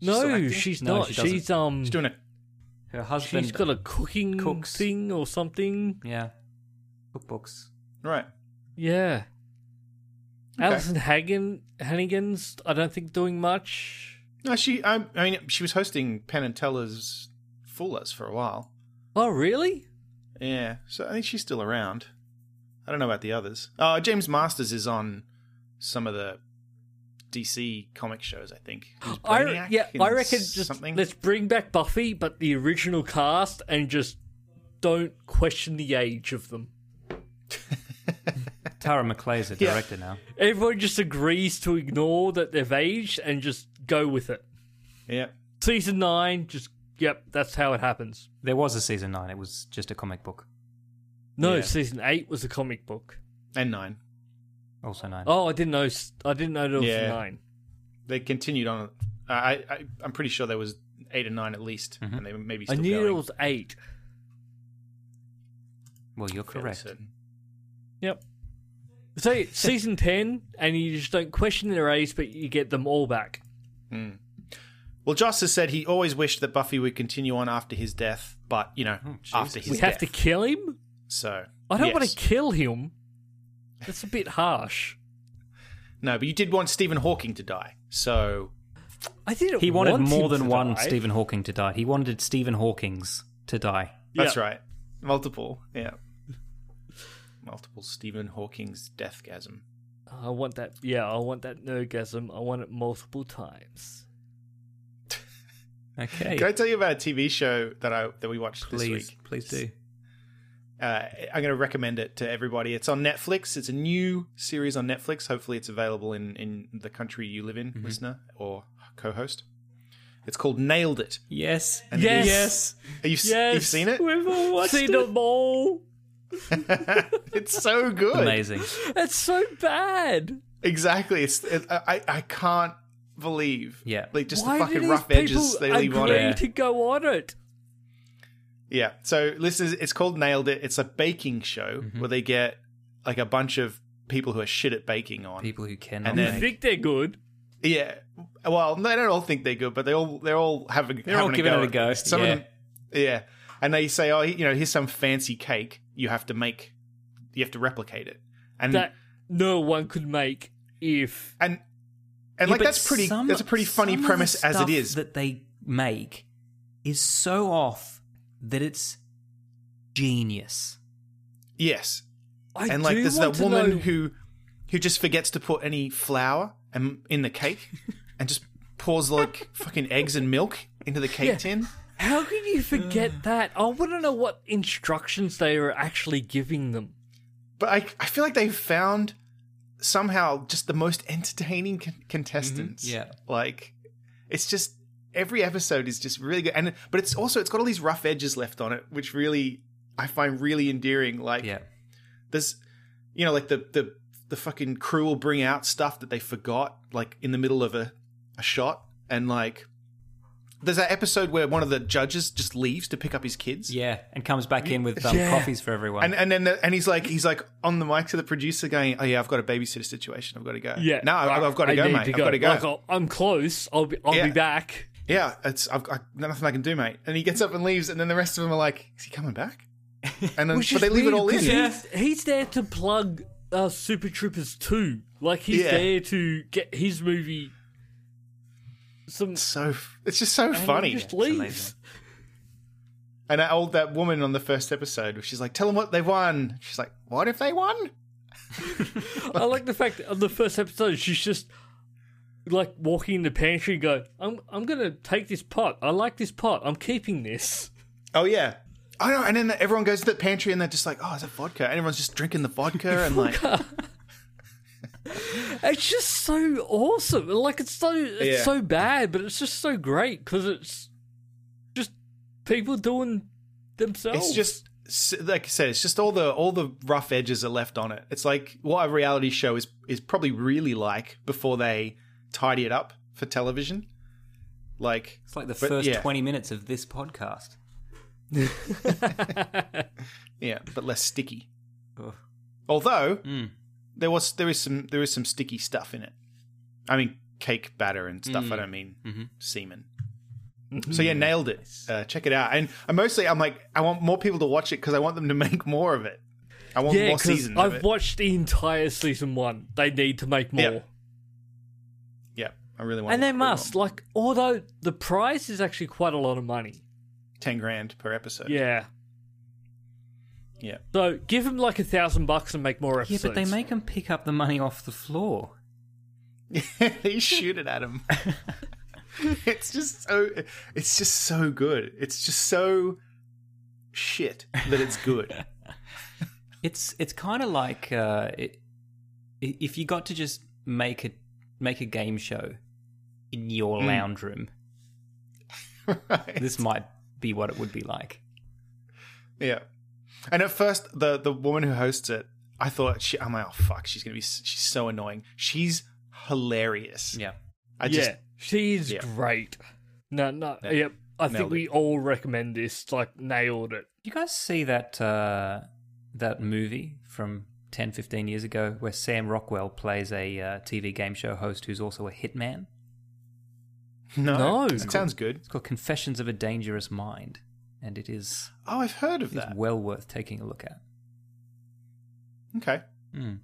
Speaker 2: She's still
Speaker 1: No,
Speaker 2: acting?
Speaker 1: she's
Speaker 4: No,
Speaker 1: not.
Speaker 4: she doesn't.
Speaker 1: she's um.
Speaker 2: She's doing a
Speaker 4: her husband.
Speaker 1: she's got a cooking
Speaker 4: cooks.
Speaker 1: thing or something.
Speaker 4: yeah, cookbooks.
Speaker 2: right.
Speaker 1: Yeah.
Speaker 2: Okay.
Speaker 1: Alison Hagen Hannigan's. I don't think doing much.
Speaker 2: No, she. I, I mean, she was hosting Penn and Teller's Foolers for a while.
Speaker 1: Oh, really?
Speaker 2: Yeah, so I think she's still around. I don't know about the others. Oh, James Masters is on some of the DC comic shows. I think. He was
Speaker 1: I
Speaker 2: Brainiac
Speaker 1: yeah.
Speaker 2: in
Speaker 1: I reckon just
Speaker 2: something.
Speaker 1: let's bring back Buffy, but the original cast, and just don't question the age of them.
Speaker 4: Tara McClay's a
Speaker 2: Yeah.
Speaker 4: director now.
Speaker 1: Everyone just agrees to ignore that they've aged and just go with it.
Speaker 2: Yeah.
Speaker 1: Season nine, just yep, that's how it happens.
Speaker 4: There was a season nine. It was just a comic book.
Speaker 1: No,
Speaker 2: Yeah.
Speaker 1: season eight was a comic book.
Speaker 2: And nine.
Speaker 4: Also nine.
Speaker 1: Oh, I didn't know. s- I didn't know there was
Speaker 2: Yeah.
Speaker 1: nine.
Speaker 2: They continued on. I, I I'm pretty sure there was eight and nine at least, and they were maybe
Speaker 1: Mm-hmm. I
Speaker 2: still
Speaker 1: knew
Speaker 2: going.
Speaker 1: there was eight.
Speaker 4: well, you're
Speaker 2: Fairly
Speaker 4: correct.
Speaker 2: certain.
Speaker 1: Yep. So it's season ten, and you just don't question their age, but you get them all back.
Speaker 2: Well, Joss has said he always wished that Buffy would continue on after his death, but you know,
Speaker 4: Oh, Jesus.
Speaker 2: after his
Speaker 1: we
Speaker 2: death.
Speaker 1: have to kill him.
Speaker 2: so
Speaker 1: I don't
Speaker 2: yes.
Speaker 1: want to kill him. That's a bit harsh.
Speaker 2: No, but you did want Stephen Hawking to die. So
Speaker 1: I didn't.
Speaker 4: He wanted
Speaker 1: want
Speaker 4: more
Speaker 1: him
Speaker 4: than
Speaker 1: to
Speaker 4: one
Speaker 1: die.
Speaker 4: Stephen Hawking to die. He wanted Stephen Hawking's to die.
Speaker 2: that's
Speaker 1: Yeah.
Speaker 2: right. Multiple. Yeah. Multiple Stephen Hawking's deathgasm.
Speaker 1: I want that. Yeah, I want that nergasm. I want it multiple times.
Speaker 4: Okay.
Speaker 2: Can I tell you about a TV show that I that we watched this
Speaker 4: please,
Speaker 2: week?
Speaker 4: please do.
Speaker 2: Uh, I'm going to recommend it to everybody. It's on Netflix. It's a new series on Netflix. Hopefully, it's available in in the country you live in,
Speaker 4: Mm-hmm.
Speaker 2: listener or co-host. It's called Nailed It.
Speaker 4: Yes.
Speaker 2: And it
Speaker 1: Yes.
Speaker 2: is-
Speaker 1: Yes.
Speaker 2: Are you, s-
Speaker 1: Yes,
Speaker 2: You've seen it?
Speaker 1: We've all watched seen them all.
Speaker 2: It's so good.
Speaker 4: Amazing.
Speaker 1: That's so bad.
Speaker 2: Exactly. It's it, I I can't believe.
Speaker 4: Yeah.
Speaker 2: Like just
Speaker 1: Why
Speaker 2: the
Speaker 1: do
Speaker 2: fucking
Speaker 1: these
Speaker 2: rough edges
Speaker 1: people
Speaker 2: they leave on
Speaker 1: agree
Speaker 2: it.
Speaker 4: Yeah.
Speaker 1: to go on it?
Speaker 2: Yeah. So listeners, it's called Nailed It. It's a baking show
Speaker 4: Mm-hmm.
Speaker 2: where they get like a bunch of people who are shit at baking on.
Speaker 4: People who cannot
Speaker 2: And
Speaker 1: You
Speaker 2: then-
Speaker 4: make.
Speaker 1: think they're good?
Speaker 2: Yeah. Well, they don't all think they're good, but they all they're all having
Speaker 4: They're all
Speaker 2: having
Speaker 4: giving
Speaker 2: a go
Speaker 4: it a
Speaker 2: at
Speaker 4: go,
Speaker 2: Some
Speaker 4: yeah.
Speaker 2: Of them, yeah. And they say, "Oh, you know, here's some fancy cake. You have to make. You have to replicate it." And
Speaker 1: That no one could make if
Speaker 2: and and
Speaker 4: Yeah,
Speaker 2: like
Speaker 4: but
Speaker 2: that's pretty.
Speaker 4: some-
Speaker 2: that's a pretty funny
Speaker 4: some of the
Speaker 2: premise as it
Speaker 4: stuff
Speaker 2: is.
Speaker 4: That they make is so off that it's genius.
Speaker 2: yes.
Speaker 1: I
Speaker 2: and like
Speaker 1: do
Speaker 2: there's
Speaker 1: want
Speaker 2: that
Speaker 1: to
Speaker 2: woman
Speaker 1: know-
Speaker 2: who who just forgets to put any flour and, in the cake and just pours like fucking eggs and milk into the cake
Speaker 1: Yeah.
Speaker 2: tin
Speaker 1: How can you forget that? I want to know what instructions they are actually giving them.
Speaker 2: but i i feel like they found somehow just the most entertaining con- contestants
Speaker 4: Mhm, yeah.
Speaker 2: like it's just every episode is just really good and but it's also it's got all these rough edges left on it which really i find really endearing like
Speaker 4: Yeah.
Speaker 2: there's you know like the the the fucking crew will bring out stuff that they forgot like in the middle of a, a shot and like there's that episode where one of the judges just leaves to pick up his kids.
Speaker 4: Yeah, and comes back in with um,
Speaker 1: Yeah.
Speaker 4: coffees for everyone.
Speaker 2: And and then the, and he's like he's like on the mic to the producer going, "Oh yeah, I've got a babysitter situation. I've got to go.
Speaker 1: Yeah.
Speaker 2: no, I, I've got to
Speaker 1: I
Speaker 2: go,
Speaker 1: need
Speaker 2: mate. I've got to go.
Speaker 1: Like, I'll- I'm close. I'll be, I'll
Speaker 2: Yeah.
Speaker 1: be back.
Speaker 2: yeah, it's I've got nothing I can do, mate." And he gets up and leaves, and then the rest of them are like, "Is he coming back?" And then
Speaker 1: Which
Speaker 2: but
Speaker 1: is
Speaker 2: they leave it
Speaker 1: weird,
Speaker 2: all in.
Speaker 1: 'cause He's, he's there to plug uh, Super Troopers 2. Like, he's
Speaker 2: Yeah.
Speaker 1: there to get his movie some.
Speaker 2: It's so f- it's just so
Speaker 1: and he
Speaker 2: funny.
Speaker 1: just leaves.
Speaker 4: amazing.
Speaker 2: And that old that woman on the first episode, she's like, "Tell them what they won." She's like, "What if they won?"
Speaker 1: I like the fact that on the first episode, she's just like walking in the pantry and go, I'm, I'm going to take this pot. I like this pot. I'm keeping this.
Speaker 2: Oh yeah. I know, and then everyone goes to the pantry and they're just like, "Oh, is it vodka?" And everyone's just drinking the vodka and like,
Speaker 1: It's just so awesome. Like it's so it's
Speaker 2: Yeah.
Speaker 1: so bad, but it's just so great because it's just people doing themselves.
Speaker 2: it's just s- like I said, it's just all the all the rough edges are left on it. It's like what a reality show is is probably really like before they tidy it up for television. Like
Speaker 4: it's like the
Speaker 2: but
Speaker 4: first
Speaker 2: yeah.
Speaker 4: 20 minutes of this podcast.
Speaker 2: yeah, but less sticky.
Speaker 4: Ugh.
Speaker 2: Although
Speaker 1: Hmm.
Speaker 2: there was there is some there is some sticky stuff in it. I mean, cake batter and stuff.
Speaker 1: Hmm.
Speaker 2: I don't mean
Speaker 1: Mm-hmm.
Speaker 2: semen. So yeah, nailed it. Uh, check it out. And I mostly I'm like I want more people to watch it because I want them to make more of it. I want
Speaker 1: yeah.
Speaker 2: more
Speaker 1: 'cause
Speaker 2: seasons. of
Speaker 1: I've
Speaker 2: it.
Speaker 1: watched the entire season one. They need to make more,
Speaker 2: Yeah. yeah, I really want.
Speaker 1: and they
Speaker 2: really
Speaker 1: must.
Speaker 2: want
Speaker 1: Like although the price is actually quite a lot of money.
Speaker 2: ten grand per episode.
Speaker 1: Yeah.
Speaker 2: yeah.
Speaker 1: So give them like a thousand bucks and make more
Speaker 4: Yeah,
Speaker 1: episodes.
Speaker 4: but they make them pick up the money off the floor.
Speaker 2: they shoot it at him. it's just so it's just so good. It's just so shit that it's good.
Speaker 4: It's it's kind of like uh, it, i- if you got to just make a make a game show in your lounge room,
Speaker 2: right.
Speaker 4: this might be what it would be like.
Speaker 2: Yeah. And at first, the the woman who hosts it, I thought she, I'm like, oh fuck, she's gonna be, s- she's so annoying. She's hilarious.
Speaker 4: Yeah,
Speaker 2: I
Speaker 1: yeah,
Speaker 2: just,
Speaker 1: she is
Speaker 2: Yeah.
Speaker 1: great. No, no.
Speaker 2: Yeah.
Speaker 1: Yep. I think
Speaker 2: Nailed
Speaker 1: we all recommend this. Like nailed it.
Speaker 4: you guys see that uh, that movie from 10, 15 years ago where Sam Rockwell plays a uh, TV game show host who's also a hitman.
Speaker 2: no,
Speaker 1: No.
Speaker 2: it sounds good.
Speaker 4: It's called Confessions of a Dangerous Mind, and it is
Speaker 2: Oh, I've heard of
Speaker 4: it's
Speaker 2: that.
Speaker 4: well worth taking a look at.
Speaker 2: Okay,
Speaker 4: Mm.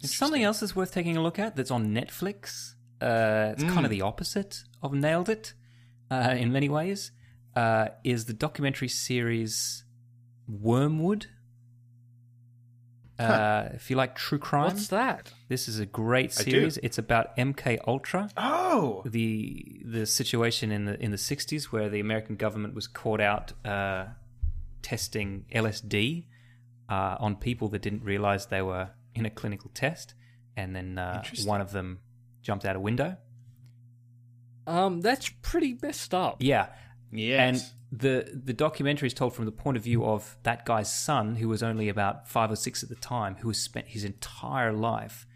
Speaker 4: Something else that's worth taking a look at that's on Netflix. Uh, it's kind
Speaker 2: Mm.
Speaker 4: of the opposite of Nailed It uh, in many ways. Uh, is the documentary series Wormwood? Uh, if you like true crime,
Speaker 1: What's that?
Speaker 4: this is a great
Speaker 2: I do.
Speaker 4: series. It's about MK Ultra,
Speaker 2: Oh,
Speaker 4: the the situation in the in the '60s where the American government was caught out uh, testing LSD uh, on people that didn't realize they were in a clinical test, and then uh,
Speaker 2: Interesting.
Speaker 4: one of them jumped out a window.
Speaker 1: Um, that's pretty messed up.
Speaker 4: Yeah,
Speaker 2: yes.
Speaker 4: and the the documentary is told from the point of view of that guy's son, who was only about five or six at the time, who has spent his entire life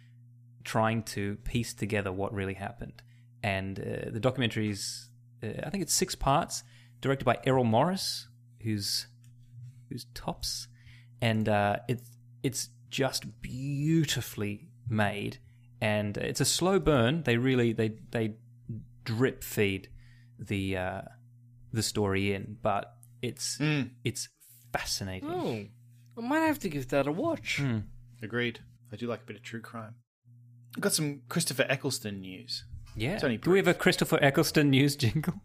Speaker 4: trying to piece together what really happened. And uh, the documentary is, uh, I think it's six parts, directed by Errol Morris, who's who's tops, and uh, it's it's just beautifully made, and it's a slow burn. They really they they drip feed the uh, the story in, but it's
Speaker 2: Mm,
Speaker 4: it's fascinating.
Speaker 1: Oh, I might have to give that a watch.
Speaker 4: Hmm.
Speaker 2: agreed. I do like a bit of true crime. I've got some Christopher Eccleston news.
Speaker 4: Yeah.
Speaker 2: It's only
Speaker 4: Do we have a Christopher Eccleston news jingle?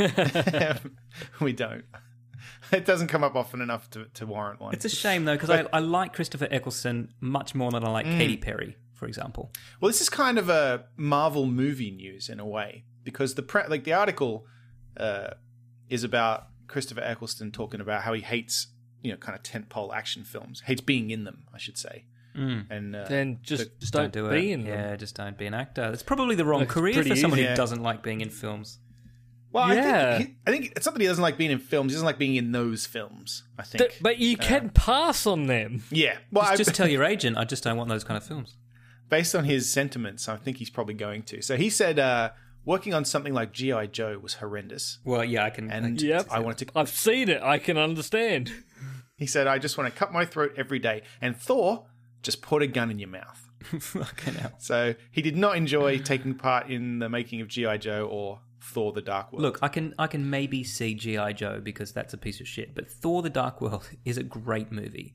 Speaker 2: we don't. It doesn't come up often enough to, to warrant one.
Speaker 4: It's a shame though, because I, I like Christopher Eccleston much more than I
Speaker 1: Mm.
Speaker 4: like Katy Perry, for example.
Speaker 2: Well, this is kind of a Marvel movie news in a way because the pre- like the article uh, is about Christopher Eccleston talking about how he hates you know kind of tentpole action films, hates being in them, I should say. And uh,
Speaker 1: Mm. Then just,
Speaker 2: so-
Speaker 4: Hmm. Just
Speaker 1: don't,
Speaker 4: don't, do
Speaker 1: be
Speaker 4: it.
Speaker 1: in
Speaker 4: yeah,
Speaker 1: them.
Speaker 4: just don't be an actor. It's probably the wrong
Speaker 1: Look, it's
Speaker 4: career
Speaker 1: pretty
Speaker 4: for someone
Speaker 2: easy.
Speaker 4: who doesn't like being in films.
Speaker 2: well, I
Speaker 1: Yeah.
Speaker 2: think he, I think it's not that he doesn't like being in films; he doesn't like being in those films. I think.
Speaker 1: Th- but
Speaker 4: Uh,
Speaker 1: you can pass on them.
Speaker 2: yeah, well, I,
Speaker 4: Just, just tell your agent, I just don't want those kind of films.
Speaker 2: based on his sentiments, I think he's probably going to. So he said, uh, working on something like GI Joe was horrendous,
Speaker 4: Well, yeah, I can.
Speaker 2: and
Speaker 1: Yep.
Speaker 2: I wanted to.
Speaker 1: I've seen it. I can understand.
Speaker 2: He said, "I just want to cut my throat every day." And Thor just put a gun in your mouth.
Speaker 4: fucking hell.
Speaker 2: So he did not enjoy taking part in the making of GI Joe or Thor: The Dark World.
Speaker 4: Look, I can I can maybe see GI Joe because that's a piece of shit, but Thor: The Dark World is a great movie.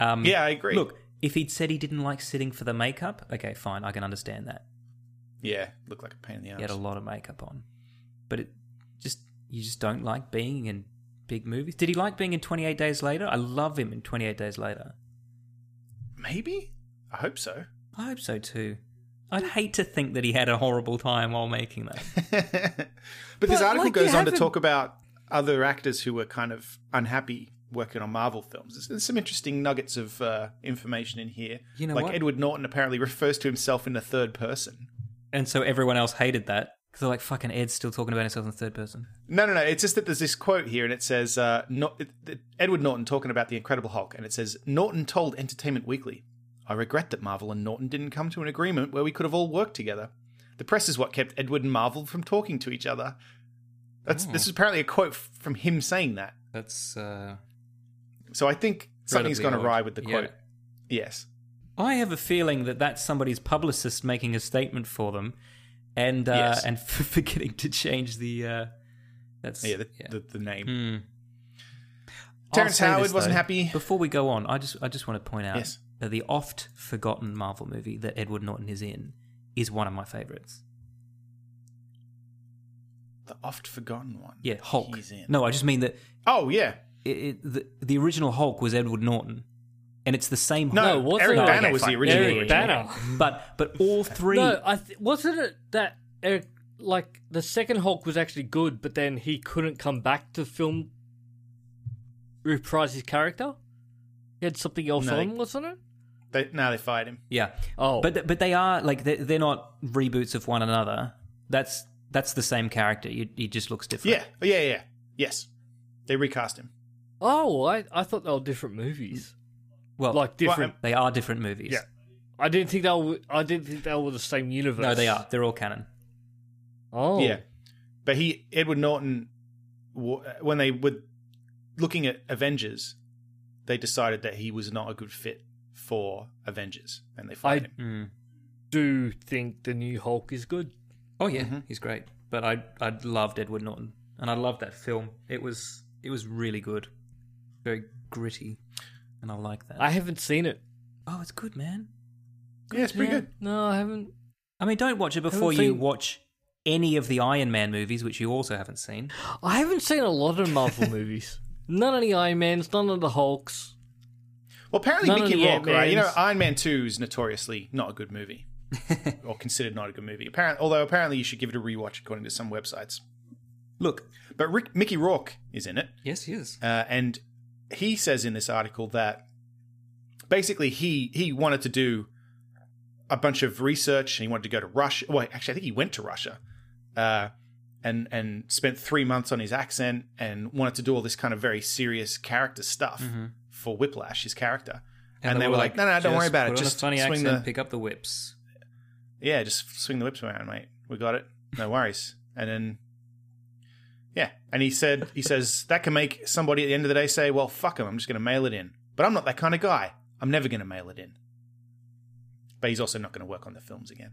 Speaker 4: Um,
Speaker 2: yeah, I agree.
Speaker 4: Look, if he'd said he didn't like sitting for the makeup, okay, fine, I can understand that.
Speaker 2: yeah, look like a pain in the
Speaker 4: He had a
Speaker 2: ass.
Speaker 4: lot of makeup on, but it just you just don't like being in big movies. Did he like being in Twenty Eight Days Later? I love him in Twenty Eight Days Later.
Speaker 2: Maybe I hope so.
Speaker 4: I hope so too. I'd hate to think that he had a horrible time while making that.
Speaker 2: but this article
Speaker 4: like, you
Speaker 2: goes on to
Speaker 4: haven't-
Speaker 2: talk about other actors who were kind of unhappy working on Marvel films. There's, there's some interesting nuggets of uh, information in here.
Speaker 4: You know
Speaker 2: like
Speaker 4: what?
Speaker 2: Edward Norton apparently refers to himself in the third person.
Speaker 4: and so everyone else hated that because they're like, "Fucking Ed's still talking about himself in the third person."
Speaker 2: No, no, no. It's just that there's this quote here, and it says uh, Nor- it- it- Edward Norton talking about the Incredible Hulk, and it says Norton told Entertainment Weekly, "I regret that Marvel and Norton didn't come to an agreement where we could have all worked together. The press is what kept Edward and Marvel from talking to each other."
Speaker 4: Hmm.
Speaker 2: That's this is apparently a quote f- from him saying that.
Speaker 4: That's uh,
Speaker 2: So I think something's gone
Speaker 4: Incredibly
Speaker 2: awry
Speaker 4: odd.
Speaker 2: with the
Speaker 4: Yeah.
Speaker 2: quote. Yes.
Speaker 4: I have a feeling that that's somebody's publicist making a statement for them, and uh,
Speaker 2: Yes.
Speaker 4: and forgetting to change the. Uh, that's
Speaker 2: Yeah, the, The, the name.
Speaker 4: Hmm.
Speaker 2: Terrence
Speaker 4: I'll say
Speaker 2: Howard
Speaker 4: this,
Speaker 2: wasn't
Speaker 4: though.
Speaker 2: happy.
Speaker 4: Before we go on, I just I just want to point out
Speaker 2: Yes.
Speaker 4: that the oft forgotten Marvel movie that Edward Norton is in is one of my favorites.
Speaker 2: The oft forgotten one.
Speaker 4: Yeah, Hulk.
Speaker 2: He's in.
Speaker 4: No, I just mean that
Speaker 2: Oh yeah.
Speaker 4: it, it, the the original Hulk was Edward Norton, and it's the same.
Speaker 2: No,
Speaker 1: No,
Speaker 4: Hulk.
Speaker 1: wasn't
Speaker 2: Uh, Eric
Speaker 1: it?
Speaker 2: Banner
Speaker 1: Okay,
Speaker 2: was the
Speaker 1: fine.
Speaker 2: original.
Speaker 1: Eric Banner.
Speaker 4: But but all three.
Speaker 1: No, I th- wasn't it that Eric, like the second Hulk was actually good, but then he couldn't come back to film reprise his character. He had something else
Speaker 2: No, they-
Speaker 1: on, wasn't it?
Speaker 2: They, now they fired him.
Speaker 4: Yeah.
Speaker 1: Oh.
Speaker 4: But th- but they are like they're, they're not reboots of one another. That's that's the same character. You, he just looks different.
Speaker 2: Yeah. Oh, Yeah. Yeah. Yes. They recast him.
Speaker 1: Oh, I, I thought they were different movies,
Speaker 4: Well,
Speaker 1: like different.
Speaker 4: they are different movies.
Speaker 1: Yeah. I didn't think they were. I didn't think they were the same universe.
Speaker 4: No, they are. They're all canon.
Speaker 1: Oh,
Speaker 2: Yeah. But he Edward Norton wa- when they were looking at Avengers, they decided that he was not a good fit for Avengers, and they
Speaker 1: I
Speaker 2: fired him.
Speaker 4: Mm.
Speaker 1: do think the new Hulk is good.
Speaker 4: Oh yeah,
Speaker 2: Mm-hmm.
Speaker 4: he's great. But I I loved Edward Norton, and I loved that film. It was it was really good, very gritty, and I like that.
Speaker 1: I haven't seen it.
Speaker 4: oh, it's good, man.
Speaker 2: Yeah, it's pretty
Speaker 1: Yeah.
Speaker 2: good.
Speaker 1: No, I haven't.
Speaker 4: I mean, don't watch it before
Speaker 1: Haven't
Speaker 4: you
Speaker 1: seen-
Speaker 4: watch any of the Iron Man movies, which you also haven't seen.
Speaker 1: I haven't seen a lot of Marvel movies. None of the Iron Mans, none of the Hulks.
Speaker 2: Well, apparently
Speaker 1: None of
Speaker 2: we can
Speaker 1: the
Speaker 2: walk, right? You know,
Speaker 1: Ant-Mans.
Speaker 2: Iron Man Two is notoriously not a good movie, or considered not a good movie. Apparently, although apparently you should give it a rewatch according to some websites.
Speaker 4: Look,
Speaker 2: But Rick, Mickey Rourke is in it,
Speaker 4: yes, he is.
Speaker 2: uh, and he says in this article that basically he he wanted to do a bunch of research and he wanted to go to Russia. Well, actually, I think he went to Russia, uh, and and spent three months on his accent and wanted to do all this kind of very serious character stuff
Speaker 4: Mm-hmm.
Speaker 2: for Whiplash, his character. And, they, were like, "No, no, don't
Speaker 4: just
Speaker 2: worry about it.
Speaker 4: put on a
Speaker 2: Just
Speaker 4: funny
Speaker 2: swing
Speaker 4: accent,
Speaker 2: the
Speaker 4: pick up the whips."
Speaker 2: yeah, just swing the whips around, mate. We got it. No worries. And then, yeah. And he said, he says that can make somebody at the end of the day say, "Well, fuck him. I'm just going to mail it in." But I'm not that kind of guy. I'm never going to mail it in. But he's also not going to work on the films again,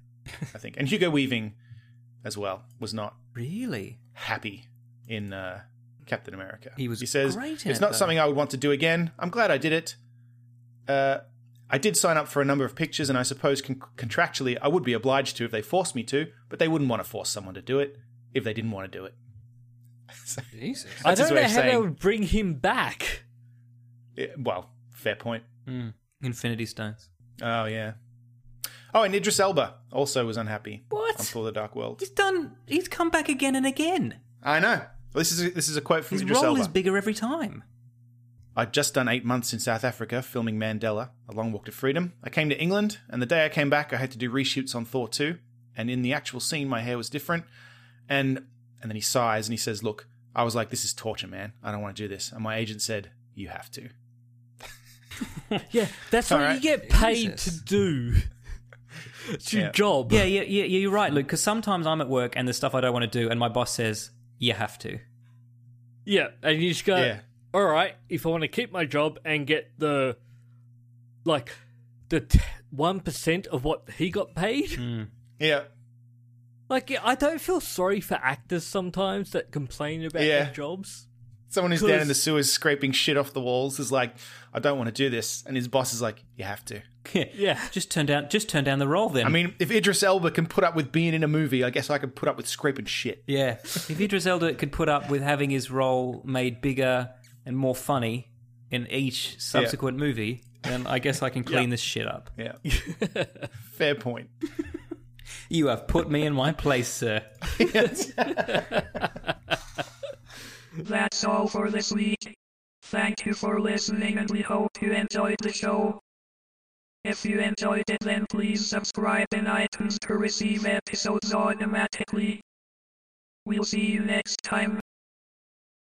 Speaker 2: I think. And Hugo Weaving, as well, was not
Speaker 4: Really?
Speaker 2: happy in uh, Captain America.
Speaker 4: He was
Speaker 2: He says
Speaker 4: great in
Speaker 2: it's
Speaker 4: it,
Speaker 2: not
Speaker 4: though."
Speaker 2: something I would want to do again. I'm glad I did it. Uh, I did sign up for a number of pictures, and I suppose con- contractually I would be obliged to if they forced me to. But they wouldn't want to force someone to do it if they didn't want to do it.
Speaker 4: Jesus.
Speaker 2: That's
Speaker 1: I
Speaker 2: his
Speaker 1: don't
Speaker 2: way
Speaker 1: know
Speaker 2: of
Speaker 1: how they
Speaker 2: saying-
Speaker 1: would bring him back.
Speaker 2: Yeah, well, fair point.
Speaker 4: Infinity Stones.
Speaker 2: Oh yeah. Oh, and Idris Elba also was unhappy
Speaker 4: What?
Speaker 2: on Thor: The Dark World.
Speaker 4: He's done. He's come back again and again.
Speaker 2: I know. Well, this is a, this is a quote from
Speaker 4: His
Speaker 2: Idris
Speaker 4: role
Speaker 2: Elba.
Speaker 4: is bigger every time.
Speaker 2: I'd just done eight months in South Africa filming Mandela, a long walk to freedom. I came to England, and the day I came back, I had to do reshoots on Thor 2. And in the actual scene, my hair was different. And and then he sighs and he says, "Look, I was like, this is torture, man. I don't want to do this." And my agent said, "You have to."
Speaker 1: Yeah, that's
Speaker 2: All
Speaker 1: what
Speaker 2: right.
Speaker 1: you get paid
Speaker 4: Jesus.
Speaker 1: to do. It's your job.
Speaker 4: Yeah, yeah, yeah, you're right, Luke. Because sometimes I'm at work and there's stuff I don't want to do, and my boss says you have to.
Speaker 1: Yeah, and you just go,
Speaker 2: Yeah.
Speaker 1: all right, if I want to keep my job and get the, like, the t- 1% of what he got paid,
Speaker 2: Yeah.
Speaker 1: like, yeah, I don't feel sorry for actors sometimes that complain about
Speaker 2: Yeah.
Speaker 1: their jobs.
Speaker 2: Someone who's down in
Speaker 1: Cause-
Speaker 2: the sewers scraping shit off the walls is like, I don't want to do this. And his boss is like, You have to.
Speaker 1: Yeah.
Speaker 4: Just turn down, just turn down the role then.
Speaker 2: I mean, if Idris Elba can put up with being in a movie, I guess I can put up with scraping shit.
Speaker 4: yeah. if Idris Elba could put up with having his role made bigger and more funny in each subsequent movie, then I guess I can clean this shit up.
Speaker 2: Yeah. Fair point.
Speaker 4: You have put me in my place, sir.
Speaker 5: That's all for this week. Thank you for listening and we hope you enjoyed the show. If you enjoyed it then please subscribe in iTunes to receive episodes automatically. We'll see you next time.